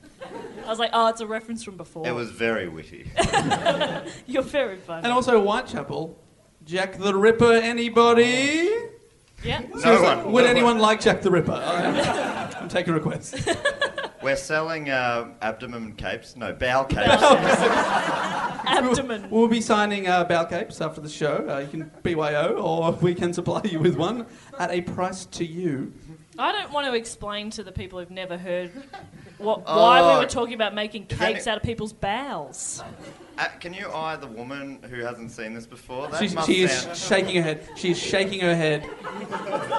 C: I was like, oh, it's a reference from before.
G: it was very witty.
C: You're very funny.
D: And also Whitechapel. Jack the Ripper, anybody?
C: yeah.
G: No
D: Seriously,
G: one.
D: Would
G: No
D: anyone like Jack the Ripper? I'm, I'm taking requests.
G: We're selling uh, abdomen capes. No, bowel capes.
C: Abdomen.
D: We'll be signing uh, bow capes after the show. Uh, you can BYO, or we can supply you with one at a price to you.
C: I don't want to explain to the people who've never heard what, why
G: Oh.
C: we were talking about making
G: that
C: cakes
G: it?
C: out of people's bowels.
G: Uh, can you eye the woman who hasn't seen this before? That
D: She,
G: must
D: she
G: sound-
D: is shaking her head. She is shaking her head.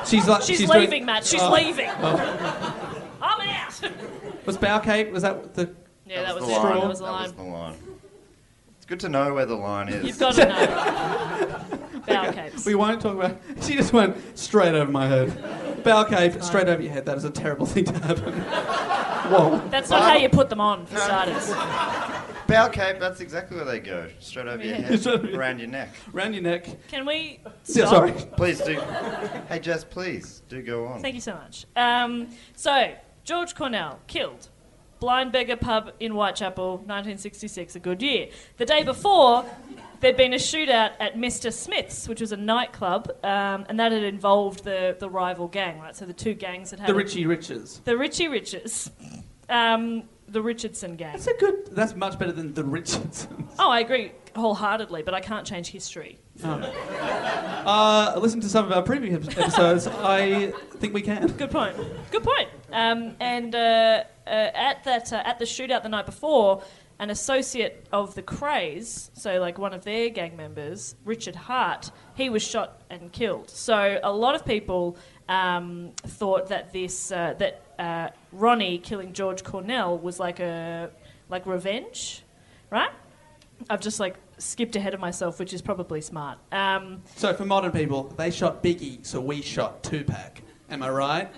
D: She's like
C: She's,
D: doing-
C: leaving, Matt. She's
D: Oh.
C: leaving.
G: Oh.
C: I'm out.
D: Was bow cape? Was that the?
C: Yeah, that was,
G: the
C: it.
G: line.
C: That was the line.
G: the line. It's good to know where the line is.
C: You've got to know. Bow capes.
D: We won't talk about. She just went straight over my head. Bow cape straight over your head. That is a terrible thing to happen. Whoa.
C: That's not how you put them on, for starters.
G: Bow cape, that's exactly where they go. Straight over your head, around your neck.
D: Round your neck.
C: Can we?
D: Yeah,
C: stop?
D: sorry.
G: Please do. Hey, Jess, please do go on.
C: Thank you so much. Um, so, George Cornell killed. Blind beggar pub in Whitechapel, 1966, a good year. The day before, there'd been a shootout at Mr. Smith's, which was a nightclub, um, and that had involved the, the rival gang, right? So the two gangs had had
D: The
C: a-
D: Richie Riches.
C: the Richie Riches, um, the Richardson gang.
D: That's a good. That's much better than the Richardsons.
C: Oh, I agree wholeheartedly, but I can't change history.
D: Uh, listen to some of our previous ep- episodes. I think we can.
C: Good point. Good point. Um, and uh, uh, at that uh, at the shootout the night before, an associate of the Craze, so like one of their gang members, Richard Hart, he was shot and killed. So a lot of people um, thought that this uh, that uh, Ronnie killing George Cornell was like a like revenge, right? I've just like skipped ahead of myself, which is probably smart. Um,
D: So for modern people, they shot Biggie, so we shot Tupac. Am I right?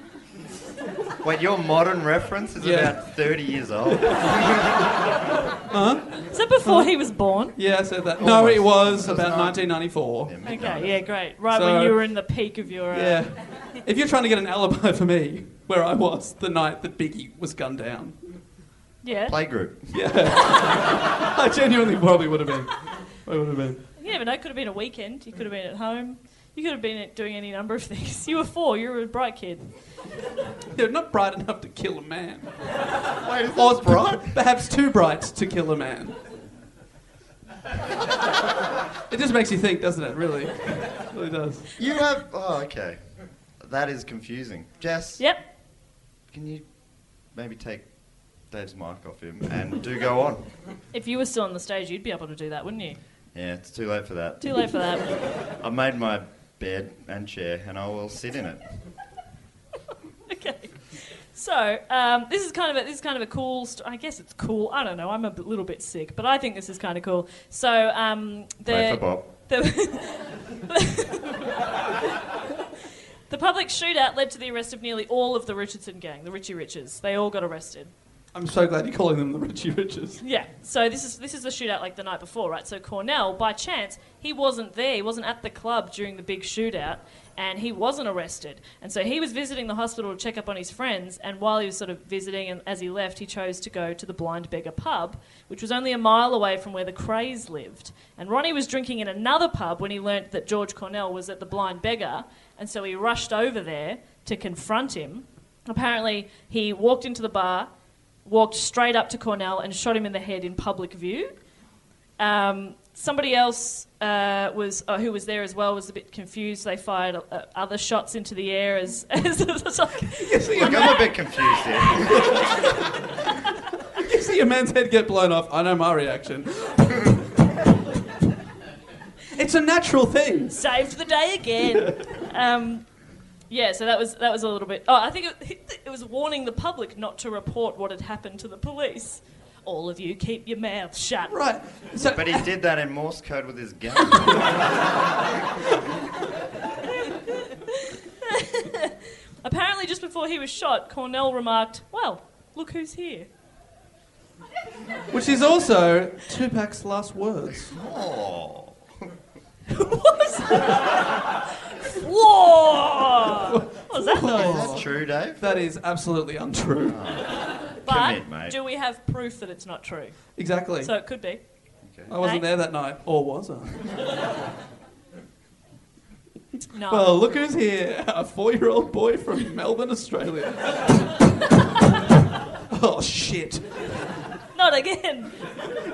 A: Wait, your modern reference is
D: Yeah.
A: about 30 years old.
C: so before he was born.
D: Yeah, I said that. No, it was
A: That's
D: about
A: not-
D: 1994.
C: Okay, yeah, great. Right
D: So-
C: when you were in the peak of your. Uh,
D: Yeah. If you're trying to get an alibi for me, where I was the night that Biggie was gunned down,
C: Yeah.
A: Playgroup.
D: I genuinely probably would have been. I would have been.
C: Yeah, but that could have been a weekend. You could have been at home. You could have been at doing any number of things. You were four, you were a bright kid.
D: They're not bright enough to kill a man.
A: Wait, is
D: Or
A: this bright?
D: Perhaps too bright to kill a man. it just makes you think, doesn't it? Really, It really does.
A: You have. Oh, okay. That is confusing. Jess,
C: Yep.
A: can you maybe take Dave's mic off him and do go on?
C: If you were still on the stage, you'd be able to do that, wouldn't you?
A: Yeah, it's too late for that.
C: Too late for that.
A: I made my bed and chair and I will sit in it.
C: okay. So um, this is kind of a, this is kind of a cool. St- I guess it's cool. I don't know. I'm a b- little bit sick, but I think this is kind of cool. So um, the
A: Wait for Bob.
C: The, the public shootout led to the arrest of nearly all of the Richardson gang, the Richie Riches. They all got arrested.
D: I'm so glad you're calling them the Richie Riches.
C: Yeah. So this is this is the shootout like the night before, right? So Cornell, by chance, he wasn't there. He wasn't at the club during the big shootout, and he wasn't arrested. And so he was visiting the hospital to check up on his friends. And while he was sort of visiting, and as he left, he chose to go to the Blind Beggar pub, which was only a mile away from where the Craze lived. And Ronnie was drinking in another pub when he learnt that George Cornell was at the Blind Beggar, and so he rushed over there to confront him. Apparently, he walked into the bar walked straight up to Cornell and shot him in the head in public view. Um, somebody else uh, was uh, who was there as well was a bit confused. They fired uh, other shots into the air as, as, as like,
A: Look, I'm a bit confused here.
D: You see a man's head get blown off. I know my reaction. it's a natural thing.
C: saved the day again. um, yeah, so that was that was a little bit. Oh, I think it, it was warning the public not to report what had happened to the police. All of you, keep your mouth shut.
D: Right. So
A: But he did that in Morse code with his gun.
C: Apparently, just before he was shot, Cornell remarked, "Well, look who's here."
D: Which is also Tupac's last words.
A: oh.
C: Whoa! What was that noise?
A: Is that true, Dave?
D: Oh, That is absolutely untrue.
C: But
A: Commit, mate.
C: do we have proof that it's not true?
D: Exactly.
C: So it could be.
D: I wasn't
C: Hey.
D: there that night, or was I?
C: No.
D: Well, look who's here. A four year old boy from Melbourne, Australia. oh, shit.
C: not again.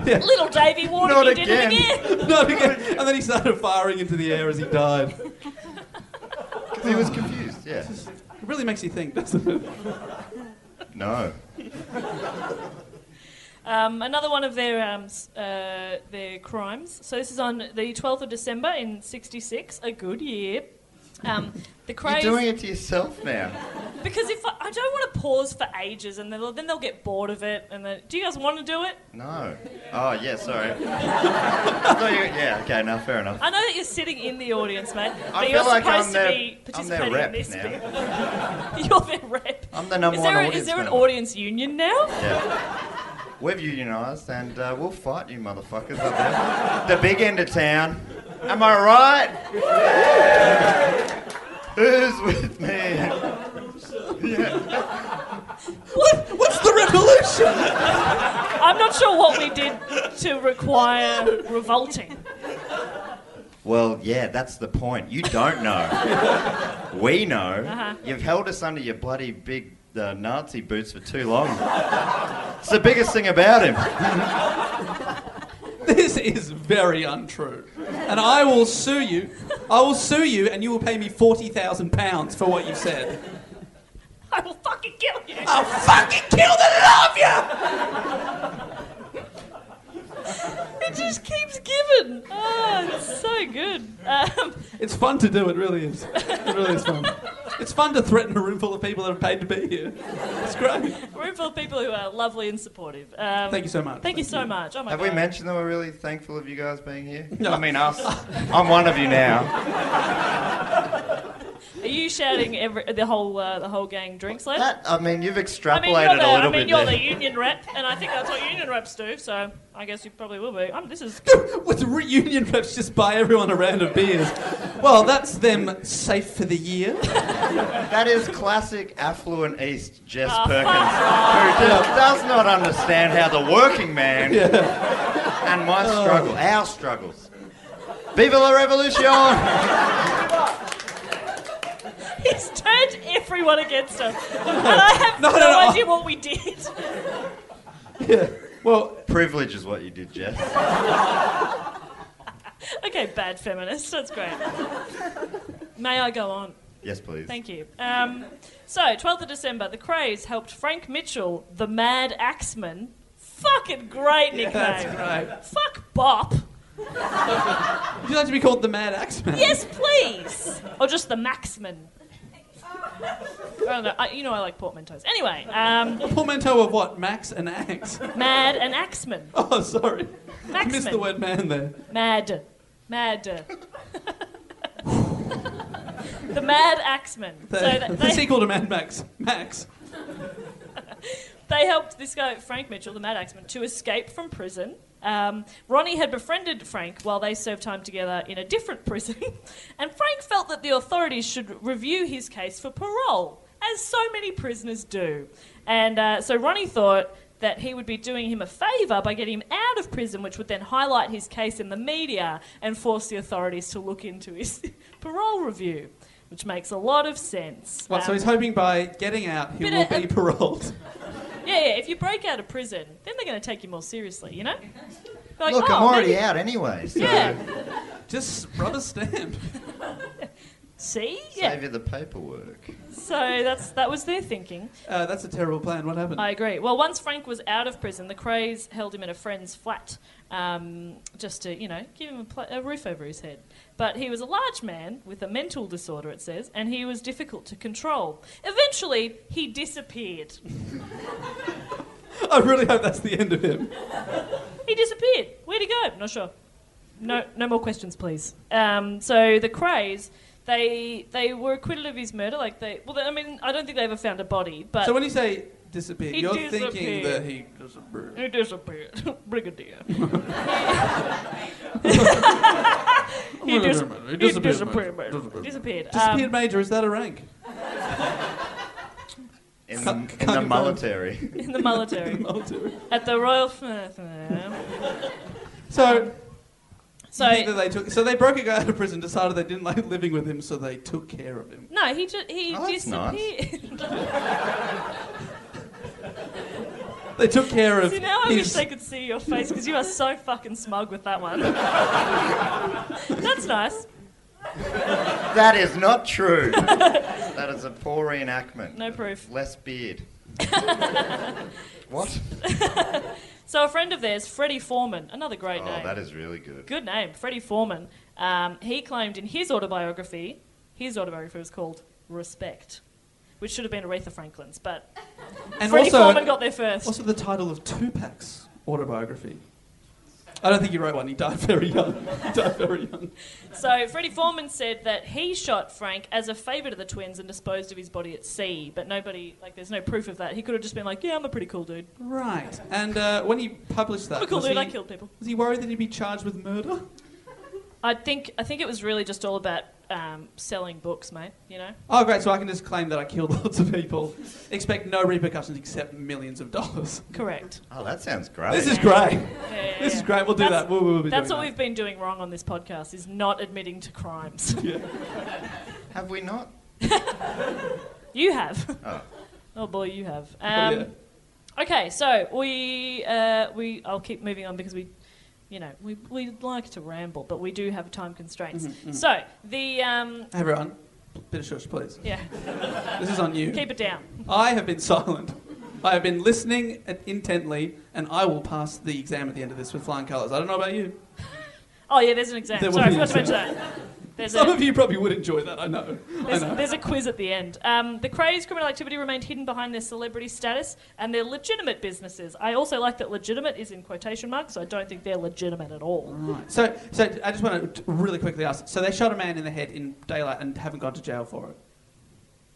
D: Yeah.
C: Little Davy warned
A: Not
C: him he did
A: again.
C: it again.
D: Not again. And then he started firing into the air as he died. It
A: 'Cause he was confused, yeah.
D: really makes you think, doesn't it?
A: No.
C: Um, another one of their um, s- uh, their crimes. So this is on the 12th of December in '66, a good year. Um, the
A: You're
C: craze
A: doing it to yourself now.
C: because if I, I don't want to pause for ages and then then they'll get bored of it and then do you guys want to do it?
A: No. Oh, yeah, sorry. no, you, yeah, okay, now fair enough.
C: I know that you're sitting in the audience, mate, but
A: I
C: you're
A: feel like
C: supposed
A: I'm
C: to
A: their-
C: be
A: I'm their
C: participating
A: rep
C: in this
A: now.
C: bit. You're their rep.
A: I'm the number
C: is
A: one
C: there, a-
A: audience
C: is there an
A: member.
C: audience union now?
A: Yeah. We've unionised and uh, we'll fight you motherfuckers up there. The big end of town. Am I right? Who's with me?
D: What? What's the revolution?
C: I'm not sure what we did to require revolting.
A: Well, yeah, that's the point. You don't know. we know. You've held us under your bloody big uh, Nazi boots for too long. it's the biggest thing about him.
D: This is very untrue. And I will sue you. I will sue you, and you will pay me £40,000 for what you've said.
C: I will fucking kill you.
D: I'll fucking kill the lot of you!
C: It just keeps giving. Oh, it's so good. Um,
D: It's fun to do, it really is. It really is fun. It's fun to threaten a room full of people that have paid to be here. It's great.
C: room full of people who are lovely and supportive. Um,
D: Thank you so much.
C: Thank you so much. Oh my
A: Have
C: God.
A: we mentioned that we're really thankful of you guys being here?
D: No.
A: I mean, us. I'm one of you now.
C: Are you shouting every, the whole uh, the whole gang drinks left?
A: That, I mean, you've
C: I
A: extrapolated
C: mean, you're the,
A: a little
C: I mean,
A: bit
C: you're
A: there.
C: the union rep, and I think that's what union reps do. So I guess you probably will be. I'm, this is
D: With reunion reps, just buy everyone a round of beers. Well, that's them safe for the year.
A: That is classic affluent East Jess
C: Oh,
A: Perkins, who just does not understand how the working man and my struggle, our struggles. Viva la revolution!
C: he's turned everyone against him, and I have no,
D: no, no.
C: idea what we did.
D: Well,
A: Privilege is what you did, Jess.
C: okay, bad feminist. That's great. May I go on?
A: Yes, please.
C: Thank you. Um, so, 12th of December, the Craze helped Frank Mitchell, the Mad Axeman. Fucking great nickname.
D: that's right.
C: Fuck Bop.
D: Would you like to be called the Mad Axeman?
C: Yes, please. Or just the Maxman. I don't know. I, you know I like portmanteaus. Anyway, um,
D: A portmanteau of what? Max and Axe?
C: Mad and Axeman.
D: Oh, sorry. I
C: Maxman.
D: missed the word man there.
C: Mad. Mad. the Mad Axeman.
D: The,
C: So that
D: the
C: they,
D: sequel to Mad Max. Max.
C: they helped this guy, Frank Mitchell, the Mad Axeman, to escape from prison. Um, Ronnie had befriended Frank while they served time together in a different prison, and Frank felt that the authorities should review his case for parole, as so many prisoners do. And uh, so Ronnie thought that he would be doing him a favour by getting him out of prison, which would then highlight his case in the media and force the authorities to look into his parole review, which makes a lot of sense.
D: Well, so
C: Um,
D: he's hoping by getting out he
C: Bit
D: will
C: of-
D: be paroled.
C: yeah, yeah. If you break out of prison, then they're going to take you more seriously, you know? Like,
A: Look, I'm
C: oh,
A: already
C: maybe-
A: out anyway. So
C: Yeah.
D: Just rubber stamp.
C: See?
A: Save
C: Yeah.
A: you the paperwork.
C: So that's that was their thinking.
D: Uh, that's a terrible plan. What happened?
C: I agree. Well, once Frank was out of prison, the Crays held him in a friend's flat um, just to, you know, give him a, pla a roof over his head. But he was a large man with a mental disorder, it says, and he was difficult to control. Eventually, he disappeared.
D: I really hope that's the end of him.
C: He disappeared. Where'd he go? Not sure. No, no more questions, please. Um, so the Crays, they they were acquitted of his murder. Like they, well, I mean, I don't think they ever found a body, but
D: So when you say disappeared,
C: He Um,
D: you're thinking
C: disappeared.
D: that he disappeared.
C: he disappeared. Brigadier. he, dis- he disappeared. mate. Disappeared.
D: Disappeared
C: Um,
D: major, is that a rank?
A: In
D: Cut-
A: the, in
D: cut
A: the
D: him
A: military.
C: in the military at the Royal. so Um,
D: So, you think that they took, so they broke a guy out of prison, decided they didn't like living with him, so they took care of him.
C: no, he ju- he
A: Oh, that's nice.
C: disappeared.
D: They took care of
C: See, now I wish
D: his...
C: they could see your face because you are so fucking smug with that one. That's nice.
A: that is not true. that is a poor reenactment.
C: No proof.
A: Less beard. what?
C: So a friend of theirs, Freddie Foreman, another great
A: Oh,
C: name.
A: that is really good.
C: Good name, Freddie Foreman. Um, he claimed in his autobiography, his autobiography was called Respect, which should have been Aretha Franklin's, but
D: and
C: Freddie
D: also,
C: Foreman got there first.
D: also the title of Tupac's autobiography. I don't think he wrote one. He died very young. He died very young.
C: So Freddie Foreman said that he shot Frank as a favour to the twins and disposed of his body at sea, but nobody, like, there's no proof of that. He could have just been like, yeah, I'm a pretty cool dude.
D: Right. And uh, when he published
C: I'm a
D: that,
C: cool
D: was
C: dude, I
D: he,
C: killed people.
D: was he worried that he'd be charged with murder?
C: I think I think it was really just all about um, selling books, mate. You know.
D: Oh, great. So I can just claim that I killed lots of people. Expect no repercussions except millions of dollars.
C: Correct.
A: Oh, that sounds great.
D: This is great.
C: Yeah, yeah,
D: This is
C: yeah.
D: great. We'll do
C: That's-
D: that. We'll, we'll be
C: That's
D: doing
C: what
D: that.
C: we've been doing wrong on this podcast: is not admitting to crimes.
A: Have we not?
C: you have.
A: Oh.
C: Oh boy, you have.
D: Oh,
C: Um,
D: yeah.
C: Okay, so we uh, we I'll keep moving on because we, you know, we we like to ramble, but we do have time constraints.
D: Mm-hmm,
C: So the um,
D: Hey, everyone, bit of shush, please.
C: yeah,
D: This is on you.
C: keep it down.
D: I have been silent. I have been listening intently, and I will pass the exam at the end of this with flying colours. I don't know about you.
C: Oh yeah, there's an exam.
D: There will
C: Sorry, I
D: be an
C: forgot to mention that. There's
D: Some
C: a,
D: of you probably would enjoy that. I know. I
C: There's,
D: know.
C: there's a quiz at the end. Um, the craze criminal activity remained hidden behind their celebrity status and their legitimate businesses. I also like that legitimate is in quotation marks, so I don't think they're legitimate at all.
D: Right. So, so I just want to really quickly ask. So they shot a man in the head in daylight and haven't gone to jail for it.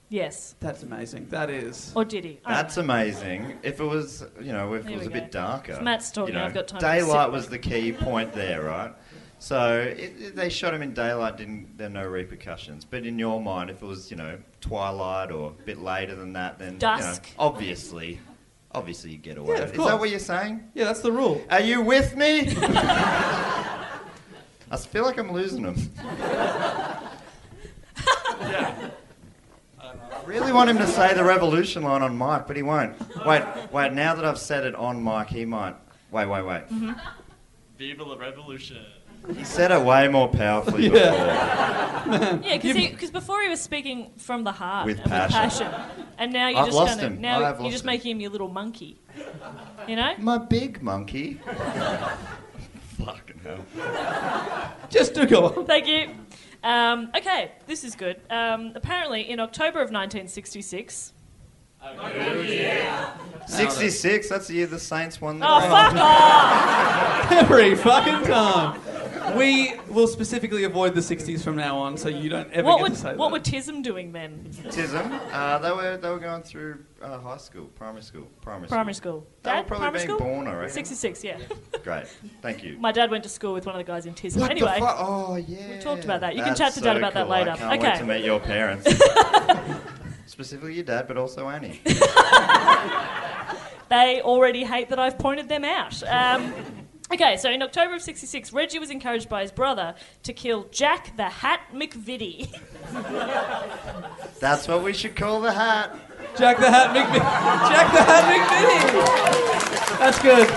C: Yes.
D: That's amazing. That is.
C: Or did he? I don't
A: That's
C: know.
A: amazing. If it was, you know, if
C: There
A: it was
C: we
A: a
C: go.
A: bit darker.
C: If Matt's talking,
A: you know,
C: I've got time to
A: Daylight
C: sit
A: was the key point there, right? So it, it- they shot him in daylight. Didn't there are no repercussions? But in your mind, if it was, you know, twilight or a bit later than that, then you know,
C: Dusk.
A: obviously, obviously you get
D: Yeah,
A: away.
D: of
A: with it. Is
D: course.
A: that what you're saying?
D: Yeah, that's the rule.
A: Are you with me? I feel like I'm losing him. I really want him to say the revolution line on mic, but he won't. Wait, wait, now that I've said it on mic, he might. Wait, wait, wait.
H: Viva la revolution.
A: He said it way more powerfully
D: Yeah.
C: Yeah, because before he was speaking from the heart
A: With
C: and
A: passion.
C: with passion, and now you're
A: I've
C: just
A: lost
C: kind of
A: him.
C: now
A: I have
C: you're
A: lost
C: just
A: him.
C: making him your little monkey. You know?
A: before. My big monkey. Fucking hell.
D: Just do go on.
C: Thank you. Um, okay, this is good. Um, apparently, in October of 1966.
A: 66, that's the year the Saints won the.
C: Oh, fuck off!
D: Every fucking time. We will specifically avoid the 60s from now on, so you don't ever
C: What
D: get
C: would
D: to say
C: what
D: that.
C: were Tism doing then?
A: Baptism. Uh, they, were, they were going through uh, high school, primary school, primary,
C: Primary school.
A: They were
C: Dad,
A: probably
C: primary
A: being
C: school.
A: born, I reckon.
C: Sixty-six. Yeah.
A: Great. Thank you.
C: My dad went to school with one of the guys in Tism.
A: What the
C: anyway,
A: fu- oh yeah.
C: We talked about that. You can
A: That's
C: chat to Dad
A: so
C: about that
A: cool.
C: later.
A: I can't
C: Okay.
A: wait to meet your parents. Specifically your dad, but also Annie.
C: they already hate that I've pointed them out. Um, okay, so in October of '66, Reggie was encouraged by his brother to kill Jack the Hat McVitie.
A: That's what we should call the hat.
D: Jack the Hat McVitie. Jack the Hat McVitie. That's good.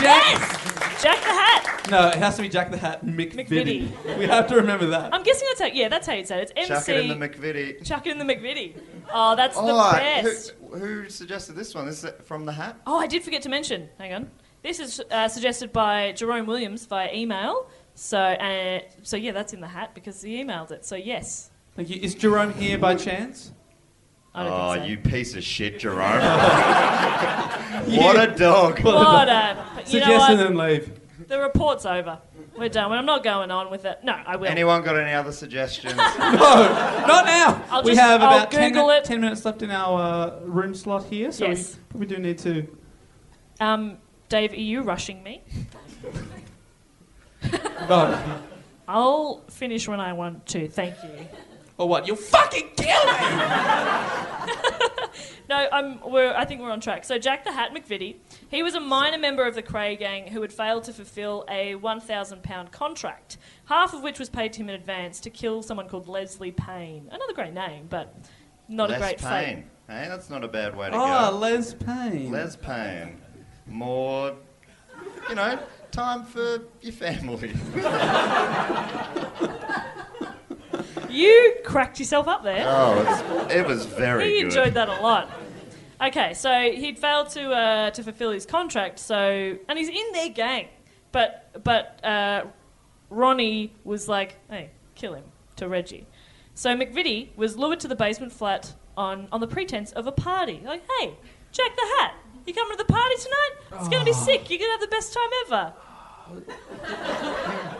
D: Jack.
C: yes, Jack the Hat
D: No, it has to be Jack the Hat McVitie.
C: McVitie.
D: We have to remember that.
C: I'm guessing that's how. Yeah, that's how you say it. It's
A: Chuck
C: MC.
A: it in the McVitie.
C: Chuck it in the McVitie. Oh, that's
A: Oh,
C: the best.
A: who, who suggested this one? This is from the hat?
C: Oh, I did forget to mention. Hang on. This is uh, suggested by Jerome Williams via email. So, uh, so yeah, that's in the hat because he emailed it. So yes,
D: Thank you. Is Jerome here by chance?
C: I don't
A: oh,
C: think so.
A: you piece of shit, Jerome. what a dog.
C: What a, but you know
D: Suggest
C: what?
D: and then leave.
C: The report's over. We're done. I'm not going on with it. No, I will.
A: Anyone got any other suggestions?
D: Not now.
C: I'll
D: we
C: just-
D: have
C: I'll
D: about 10,
C: Google it.
D: 10 minutes left in our uh, room slot here, so
C: Yes.
D: we probably do need to.
C: Um, Dave, are you rushing me?
D: Oh,
C: I'll finish when I want to. Thank you.
D: or what? You'll fucking kill me!
C: No, I'm, we're, I think we're on track. So Jack the Hat McVitie, he was a minor member of the Cray gang who had failed to fulfil a £1,000 contract, half of which was paid to him in advance to kill someone called Leslie Payne. Another great name, but not
A: Les
C: a great fate.
A: Payne. Hey, that's not a bad way to
D: Ah,
A: go.
D: Les Payne.
A: Les Payne. More, you know, time for your family.
C: You cracked yourself up there.
A: Oh, it's, it was very
C: he
A: good.
C: enjoyed that a lot. Okay, so he'd failed to uh, to fulfil his contract, so and he's in their gang, but but uh, Ronnie was like, "Hey, kill him," to Reggie. So McVitie was lured to the basement flat on on the pretense of a party. Like, "Hey, Jack the Hat, you coming to the party tonight? It's gonna be sick. You're gonna have the best time ever."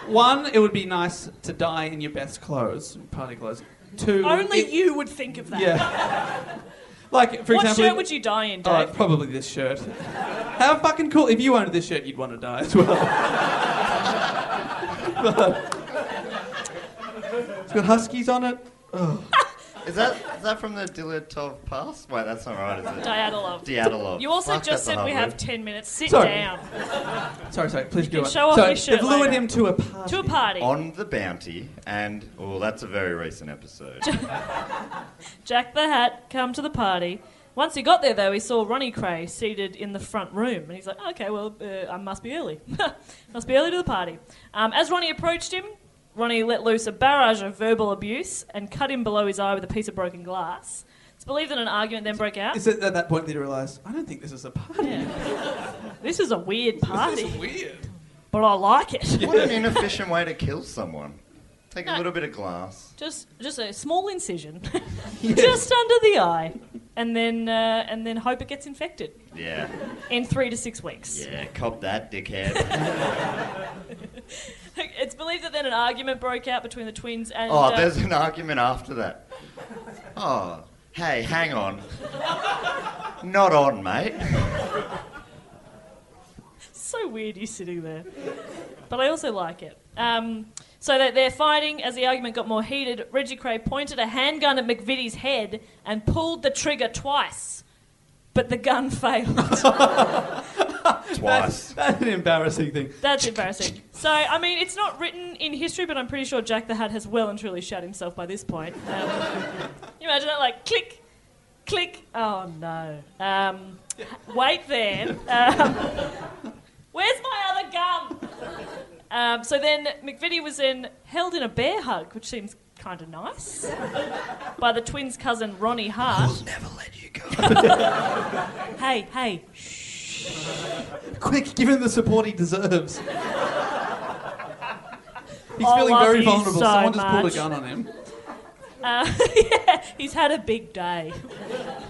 D: One, it would be nice to die in your best clothes, party clothes. Two,
C: Only
D: it-
C: you would think of that.
D: Yeah. like for
C: what
D: example,
C: shirt would you die in,
D: Oh,
C: Dave?
D: probably this shirt. How fucking cool! If you owned this shirt, you'd want to die as well. It's got huskies on it.
A: Is that is that from the Dilatov Pass? Wait, that's not right, is it?
C: Diatlov.
A: Diatlov.
C: You also
A: Fuck, that's
C: just
A: a
C: said
A: hard
C: we
A: word.
C: have 10 minutes. Sit
D: Sorry.
C: down.
D: Sorry, sorry. Please go
C: can
D: on.
C: show off
D: so
C: your shirt
D: they've lured
C: later.
D: him to a party.
C: To a party.
A: On the bounty, and oh, that's a very recent episode.
C: Jack the Hat come to the party. Once he got there, though, he saw Ronnie Cray seated in the front room, and he's like, "Okay, well, uh, I must be early. must be early to the party." Um, as Ronnie approached him, Ronnie let loose a barrage of verbal abuse and cut him below his eye with a piece of broken glass. It's believed that an argument then broke out.
D: Is it at that point that you realise I don't think this is a party?
C: This is a weird
D: This is
C: party,
D: weird.
C: but I like it.
A: what an inefficient way to kill someone. Take a little bit of glass.
C: Just, just a small incision, just under the eye, and then, uh, and then hope it gets infected
A: Yeah,
C: in three to six weeks.
A: yeah. Cop that, dickhead.
C: It's believed that then an argument broke out between the twins and.
A: Oh,
C: uh,
A: there's an argument after that. Oh, hey, hang on. Not on, mate.
C: so weird you sitting there. But I also like it. Um, so that they're fighting. As the argument got more heated, Reggie Cray pointed a handgun at McVitie's head and pulled the trigger twice. But the gun failed.
A: Twice.
D: That's an embarrassing thing.
C: That's embarrassing. So, I mean, it's not written in history, but I'm pretty sure Jack the Hat has well and truly shot himself by this point. Um, you imagine that, like, click, click. Oh, no. Um, wait then. Um, where's my other gun? Um, so then McVitie was then held in a bear hug, which seems kind of nice, by the twins' cousin Ronnie Hart.
A: Never let you go.
C: Hey, hey,
D: Quick, give him the support he deserves. He's
C: I
D: feeling
C: Oh, love
D: very
C: you
D: vulnerable.
C: so
D: Someone just pulled
C: much.
D: a gun on him.
C: Uh, yeah, he's had a big day.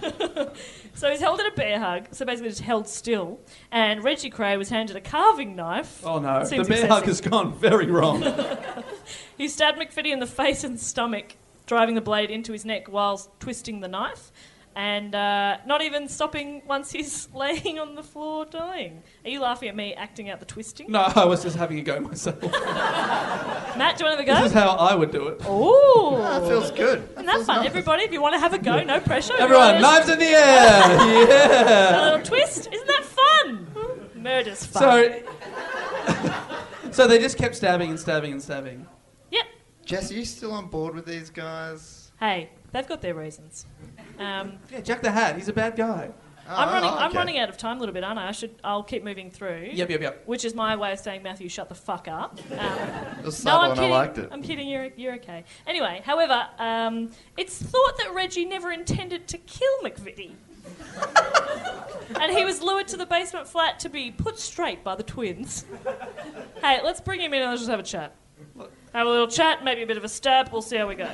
C: so he's held in a bear hug, so basically just held still. And Reggie Cray was handed a carving knife.
D: Oh no,
C: Seems
D: the bear hug
C: excessive.
D: has gone very wrong.
C: He stabbed McFitty in the face and stomach, driving the blade into his neck whilst twisting the knife. And uh, not even stopping once he's laying on the floor dying. Are you laughing at me acting out the twisting?
D: no, I was just having a go myself.
C: Matt, do you want to
D: This
C: have
D: is
C: a go?
D: how I would do it.
C: Ooh!
A: That feels good.
C: Isn't that fun? Everybody, if you want to have a go, no pressure.
D: Everyone,
C: Everyone,
D: knives in the air. yeah.
C: A little twist. Isn't that fun? Murder's fun.
D: So, so they just kept stabbing and stabbing and stabbing.
C: Yep.
A: Jess, are you still on board with these guys?
C: Hey, they've got their reasons. Um,
D: Yeah, Jack the Hat. He's a bad guy.
C: I'm running. I'm
A: Oh, okay.
C: running out of time a little bit, aren't I? I should. I'll keep moving through.
D: Yep, yep, yep.
C: Which is my way of saying, Matthew, shut the fuck up. Um,
A: It was
C: no,
A: subtle
C: I'm
A: and
C: kidding.
A: I liked it.
C: am kidding. You're, you're okay. Anyway, however, um, it's thought that Reggie never intended to kill McVitie, and he was lured to the basement flat to be put straight by the twins. hey, let's bring him in and let's just have a chat. Have a little chat, maybe a bit of a stab. We'll see how we go.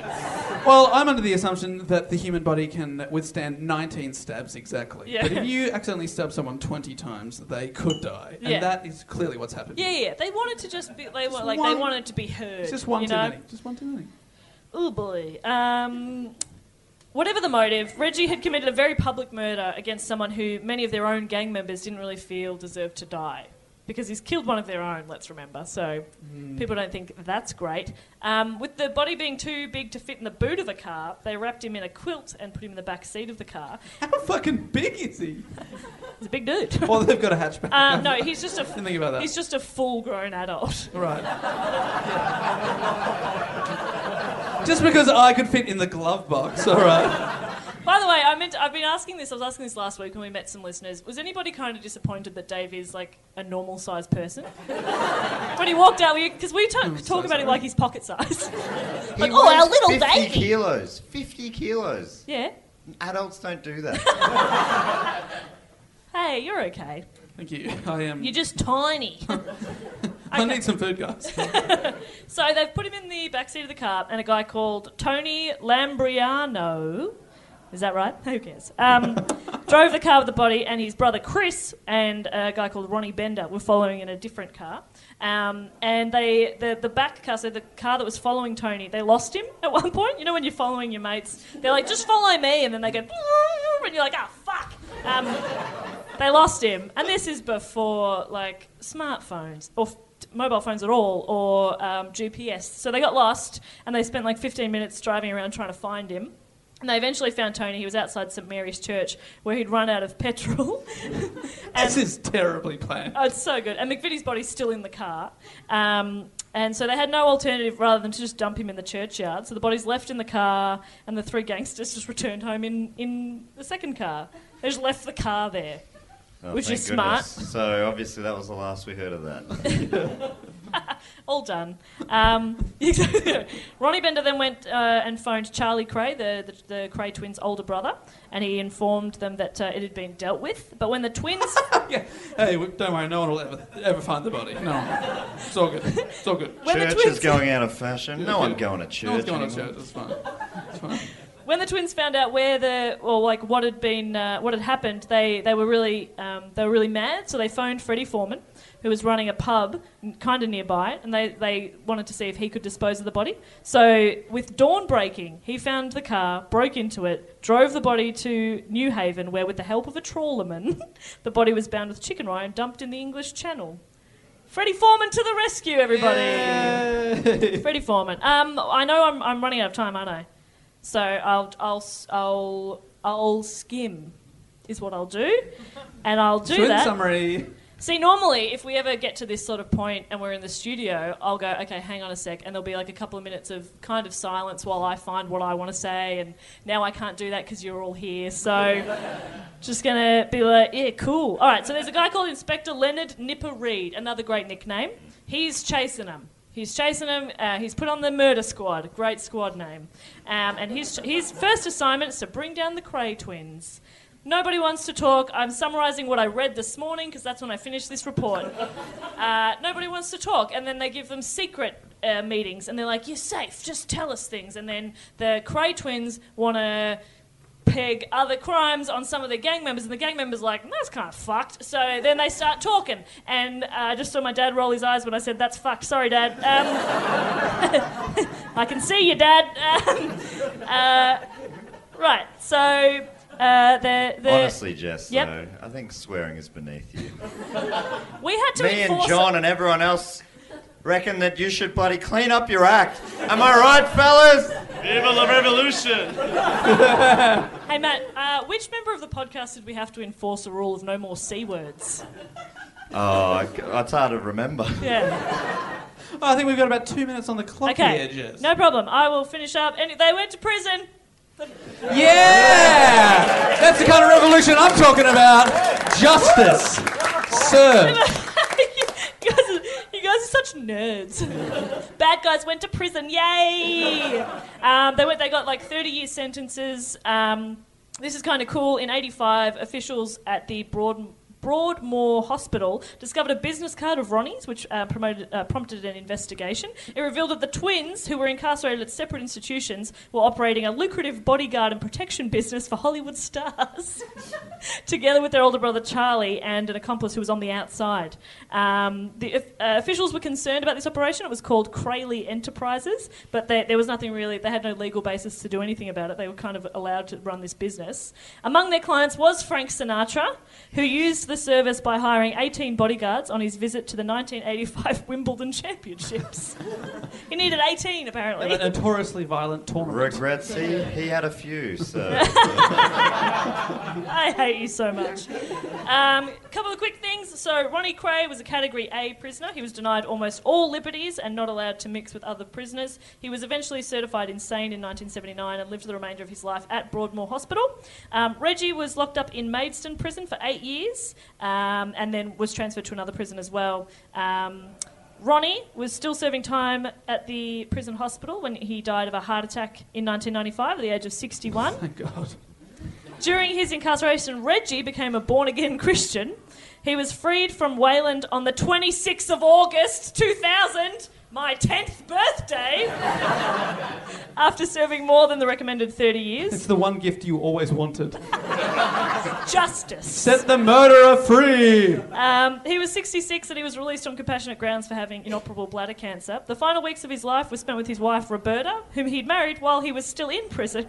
D: Well, I'm under the assumption that the human body can withstand 19 stabs exactly.
C: Yeah.
D: But if you accidentally stab someone 20 times, they could die. And
C: Yeah.
D: that is clearly what's happened.
C: Yeah, yeah. They wanted to just be. They were
D: Just
C: like
D: one-
C: they wanted to be heard.
D: It's just one
C: you
D: too
C: know?
D: many. Just one too many.
C: Oh boy. Um, whatever the motive, Reggie had committed a very public murder against someone who many of their own gang members didn't really feel deserved to die. Because he's killed one of their own, let's remember. So
D: Hmm.
C: people don't think that's great. Um, with the body being too big to fit in the boot of a car, they wrapped him in a quilt and put him in the back seat of the car.
D: How fucking big is he?
C: He's a big dude.
D: Well, they've got a hatchback.
C: Um, no, he's just a
D: Didn't think about that.
C: he's just a full-grown adult.
D: Right. Just because I could fit in the glove box, all right.
C: By the way, I meant I've been asking this. I was asking this last week when we met some listeners. Was anybody kind of disappointed that Dave is like a normal sized person when he walked out? Because we talk, talk about it like he's pocket sized.
A: He
C: Like, oh, our
A: weighs
C: little
A: 50
C: baby.
A: kilos. 50 kilos.
C: yeah.
A: Adults don't do that.
C: Hey, you're okay.
D: Thank you. I am.
C: You're just tiny.
D: I need some food, guys.
C: Um, so they've put him in the back seat of the car, and a guy called Tony Lambriano. Is that right? Who cares? Um, drove the car with the body, and his brother Chris and a guy called Ronnie Bender were following in a different car. Um, and they, the, the back car, so the car that was following Tony, they lost him at one point. You know, when you're following your mates, they're like, just follow me. And then they go, and you're like, ah, fuck. Um, they lost him. And this is before, like, smartphones or f- mobile phones at all or um, GPS. So they got lost and they spent like 15 minutes driving around trying to find him. And they eventually found Tony. He was outside St Mary's Church where he'd run out of petrol.
D: This is terribly planned.
C: Oh, it's so good. And McVitie's body's still in the car. Um, and so they had no alternative rather than to just dump him in the churchyard. So the body's left in the car, and the three gangsters just returned home in, in the second car. They just left the car there.
A: Oh,
C: Which
A: thank
C: is smart.
A: goodness. So obviously that was the last we heard of that.
C: All done. Um, exactly. Ronnie Bender then went uh, and phoned Charlie Cray, the, the, the Cray twins' older brother, and he informed them that uh, it had been dealt with. But when the twins
D: Yeah. Hey, w- don't worry. No one will ever, ever find the body. No. one. It's all good. It's all good.
C: When the
A: church
C: twins-
A: is going out of fashion. No one going to church.
D: No one's going to
A: anymore.
D: church. It's fine. It's fine.
C: when the twins found out where the or like what had been uh, what had happened, they they were really um, they were really mad. So they phoned Freddie Foreman, who was running a pub kind of nearby, and they they wanted to see if he could dispose of the body. So with dawn breaking, he found the car, broke into it, drove the body to New Haven, where with the help of a trawlerman, the body was bound with chicken wire and dumped in the English Channel. Freddie Foreman to the rescue, everybody! Freddie Foreman. Um, I know I'm, I'm running out of time, aren't I? So I'll, I'll, s- I'll, I'll skim, is what I'll do, and I'll do
D: So in
C: that.
D: summary,
C: See, normally, if we ever get to this sort of point and we're in the studio, I'll go, okay, hang on a sec, and there'll be like a couple of minutes of kind of silence while I find what I want to say, and now I can't do that because you're all here, so just gonna be like, yeah, cool. All right, so there's a guy called Inspector Leonard Nipper Reed, another great nickname. He's chasing them. He's chasing them. Uh, he's put on the murder squad, great squad name, um, and his his first assignment is to bring down the Cray twins. Nobody wants to talk. I'm summarising what I read this morning because that's when I finished this report. Uh, nobody wants to talk, and then they give them secret uh, meetings, and they're like, "You're safe. Just tell us things." And then the Cray twins want to peg other crimes on some of the gang members, and the gang members like, "That's kind of fucked." So then they start talking, and uh, I just saw my dad roll his eyes when I said, "That's fucked." Sorry, Dad. Um, I can see you, Dad. Um, uh, right. So uh, the the
A: Honestly, Jess,
C: Yep.
A: though, I think swearing is beneath you.
C: we had to
A: Me and
C: enforce
A: John and everyone else reckon that you should bloody clean up your act. Am I right, fellas?
H: Viva la revolution!
C: Hey Matt, uh, which member of the podcast did we have to enforce a rule of no more c words?
A: Oh, I- it's hard to remember.
C: Yeah.
D: oh, I think we've got about two minutes on the clock
C: Okay.
D: here, Jess.
C: No problem. I will finish up. And they went to prison.
D: Yeah! That's the kind of revolution I'm talking about. Justice. Sir.
C: you, guys are, you guys are such nerds. Bad guys went to prison. Yay! Um, they went. They got like thirty-year sentences. Um, this is kind of cool. In '85, officials at the Broad. Broadmoor Hospital discovered a business card of Ronnie's, which uh, promoted, uh, prompted an investigation. It revealed that the twins, who were incarcerated at separate institutions, were operating a lucrative bodyguard and protection business for Hollywood stars together with their older brother Charlie and an accomplice who was on the outside. Um, the uh, officials were concerned about this operation. It was called Crayley Enterprises, but they, there was nothing really, they had no legal basis to do anything about it. They were kind of allowed to run this business. Among their clients was Frank Sinatra, who used the service by hiring 18 bodyguards on his visit to the 1985 Wimbledon Championships. he needed 18, apparently.
D: A notoriously violent tournament.
A: Regrets? He, he had a few, so.
C: I hate you so much. Um, couple of quick things. So Ronnie Cray was a Category A prisoner. He was denied almost all liberties and not allowed to mix with other prisoners. He was eventually certified insane in 1979 and lived the remainder of his life at Broadmoor Hospital. Um, Reggie was locked up in Maidstone Prison for eight years um, and then was transferred to another prison as well. Um, Ronnie was still serving time at the prison hospital when he died of a heart attack in 1995 at the age of 61.
D: Thank God.
C: During his incarceration, Reggie became a born again Christian. He was freed from Wayland on the 26th of August 2000, my 10th birthday, after serving more than the recommended 30
D: It's
C: years.
D: the one gift you always wanted.
C: Justice.
D: Set the murderer free!
C: Um, he was 66 and he was released on compassionate grounds for having inoperable bladder cancer. The final weeks of his life were spent with his wife Roberta, whom he'd married while he was still in prison.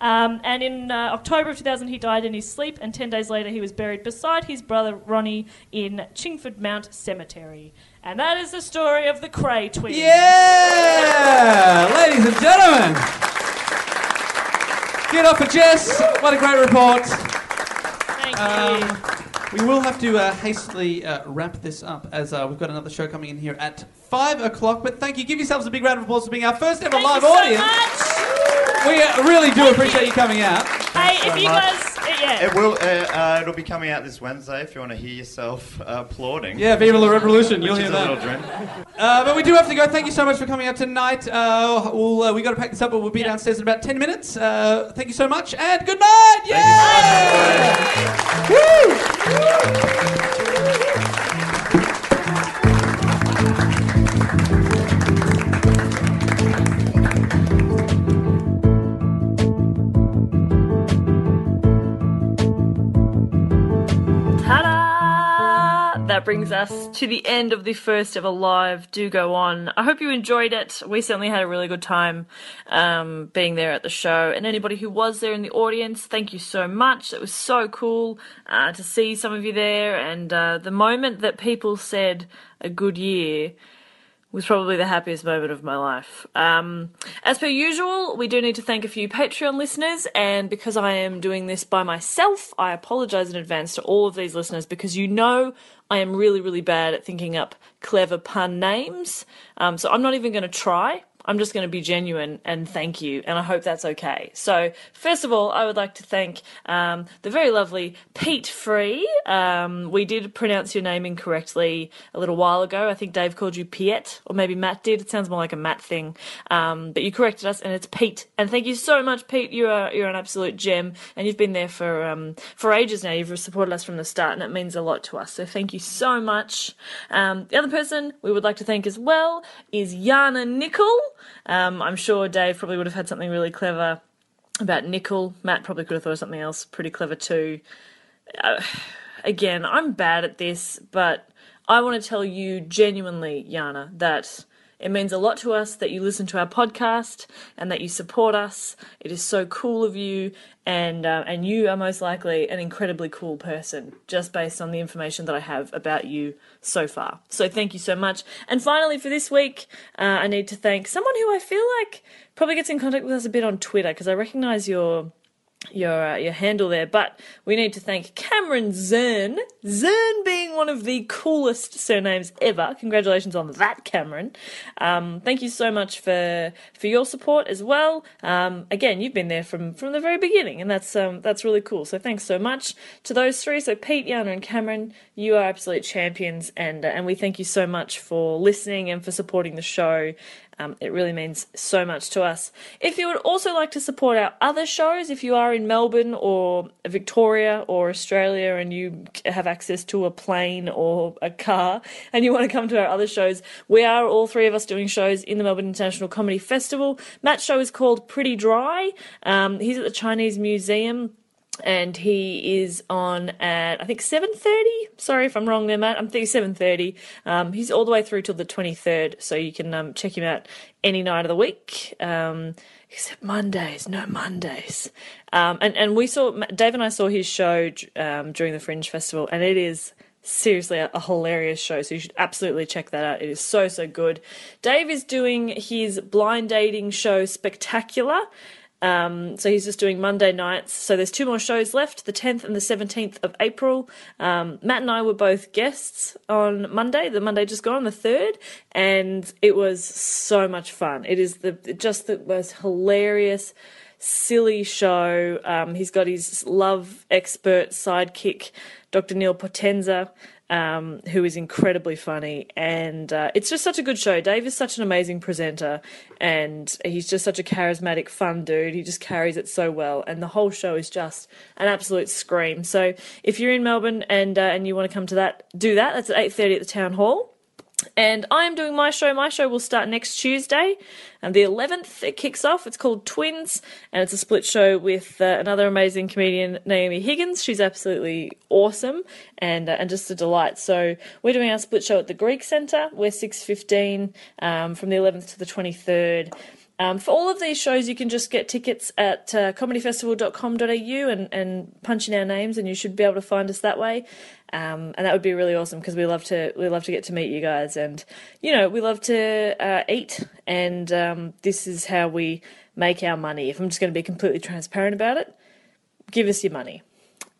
C: Um, and in uh, October of 2000, he died in his sleep, and 10 days later, he was buried beside his brother Ronnie in Chingford Mount Cemetery. And that is the story of the Cray twins.
D: Yeah! Ladies and gentlemen! Get up for Jess! What a great report!
C: Thank you.
D: Um, we will have to uh, hastily uh, wrap this up as uh, we've got another show coming in here at 5 o'clock. But thank you. Give yourselves a big round of applause for being our first ever
C: Thank
D: live
C: you so
D: audience.
C: much.
D: We uh, really do appreciate
C: you.
D: you. coming out.
C: Hey, if
A: so
C: you
A: much.
C: guys, yeah.
A: It will. Uh, uh, it'll be coming out this Wednesday. If you want to hear yourself uh, applauding,
D: Yeah, Viva la Revolution. You'll
A: which
D: hear
A: is a
D: that.
A: little dream.
D: Uh, but we do have to go. Thank you so much for coming out tonight. Uh, we'll, uh, we got to pack this up, but we'll be
C: Yeah.
D: downstairs in about 10 minutes. Uh, thank you so much, and good night! Yeah! Woo!
I: Ta-da! That brings us to the end of the first ever live Do Go On. I hope you enjoyed it. We certainly had a really good time um, being there at the show. And anybody who was there in the audience, thank you so much. It was so cool uh, to see some of you there. And uh, the moment that people said a good year, was probably the happiest moment of my life. Um, as per usual, we do need to thank a few Patreon listeners, and because I am doing this by myself, I apologise in advance to all of these listeners because you know I am really, really bad at thinking up clever pun names. Um, so I'm not even going to try. I'm just going to be genuine and thank you, and I hope that's okay. So, first of all, I would like to thank um, the very lovely Pete Free. Um, we did pronounce your name incorrectly a little while ago. I think Dave called you Piet, or maybe Matt did. It sounds more like a Matt thing, um, but you corrected us, and it's Pete. And thank you so much, Pete. You are you're an absolute gem, and you've been there for um, for ages now. You've supported us from the start, and it means a lot to us. So, thank you so much. Um, the other person we would like to thank as well is Yana Nickel. Um, I'm sure Dave probably would have had something really clever about nickel. Matt probably could have thought of something else pretty clever too. Uh, again, I'm bad at this, but I want to tell you genuinely, Yana, that it means a lot to us that you listen to our podcast and that you support us. It is so cool of you, and uh, and you are most likely an incredibly cool person just based on the information that I have about you so far. So thank you so much. And finally, for this week, uh, I need to thank someone who I feel like probably gets in contact with us a bit on Twitter because I recognise your your uh, your handle there. But we need to thank Cameron Zern. Zern being one of the coolest surnames ever. Congratulations on that, Cameron. Um, thank you so much for for your support as well. Um, again, you've been there from from the very beginning, and that's um, that's really cool. So thanks so much to those three. So Pete, Yana, and Cameron, you are absolute champions, and uh, and we thank you so much for listening and for supporting the show. Um, it really means so much to us. If you would also like to support our other shows, if you are in Melbourne or Victoria or Australia and you have access to a plane or a car and you want to come to our other shows, we are all three of us doing shows in the Melbourne International Comedy Festival. Matt's show is called Pretty Dry. Um, he's at the Chinese Museum and he is on at I think seven thirty. Sorry if I'm wrong there, Matt. I'm thinking seven thirty. Um, he's all the way through till the twenty third, so you can um, check him out any night of the week, um, except Mondays. No Mondays. Um, and and we saw Ma- Dave and I saw his show um, during the Fringe Festival, and it is seriously a, a hilarious show so you should absolutely check that out it is so so good dave is doing his blind dating show spectacular um, so he's just doing Monday nights. So there's two more shows left, the 10th and the 17th of April. Um, Matt and I were both guests on Monday, the Monday just gone, the 3rd, and it was so much fun. It is the just the most hilarious, silly show. Um, he's got his love expert sidekick, Dr. Neil Potenza um, who is incredibly funny. And uh, it's just such a good show. Dave is such an amazing presenter, and he's just such a charismatic, fun dude. He just carries it so well, and the whole show is just an absolute scream. So if you're in Melbourne and uh, and you want to come to that, do that. That's at eight thirty at the town hall. And I am doing my show. My show will start next Tuesday, and the 11th it kicks off. It's called Twins, and it's a split show with uh, another amazing comedian, Naomi Higgins. She's absolutely awesome and uh, and just a delight. So we're doing our split show at the Greek Centre. We're 6:15 um, from the 11th to the 23rd. Um, for all of these shows, you can just get tickets at uh, comedyfestival.com.au and, and punch in our names, and you should be able to find us that way. Um, and that would be really awesome because we love to we love to get to meet you guys, and you know we love to uh, eat, and um, this is how we make our money. If I'm just going to be completely transparent about it, give us your money.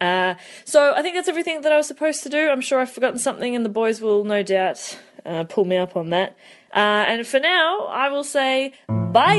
I: Uh, so I think that's everything that I was supposed to do. I'm sure I've forgotten something, and the boys will no doubt uh, pull me up on that. Uh, and for now, I will say bye.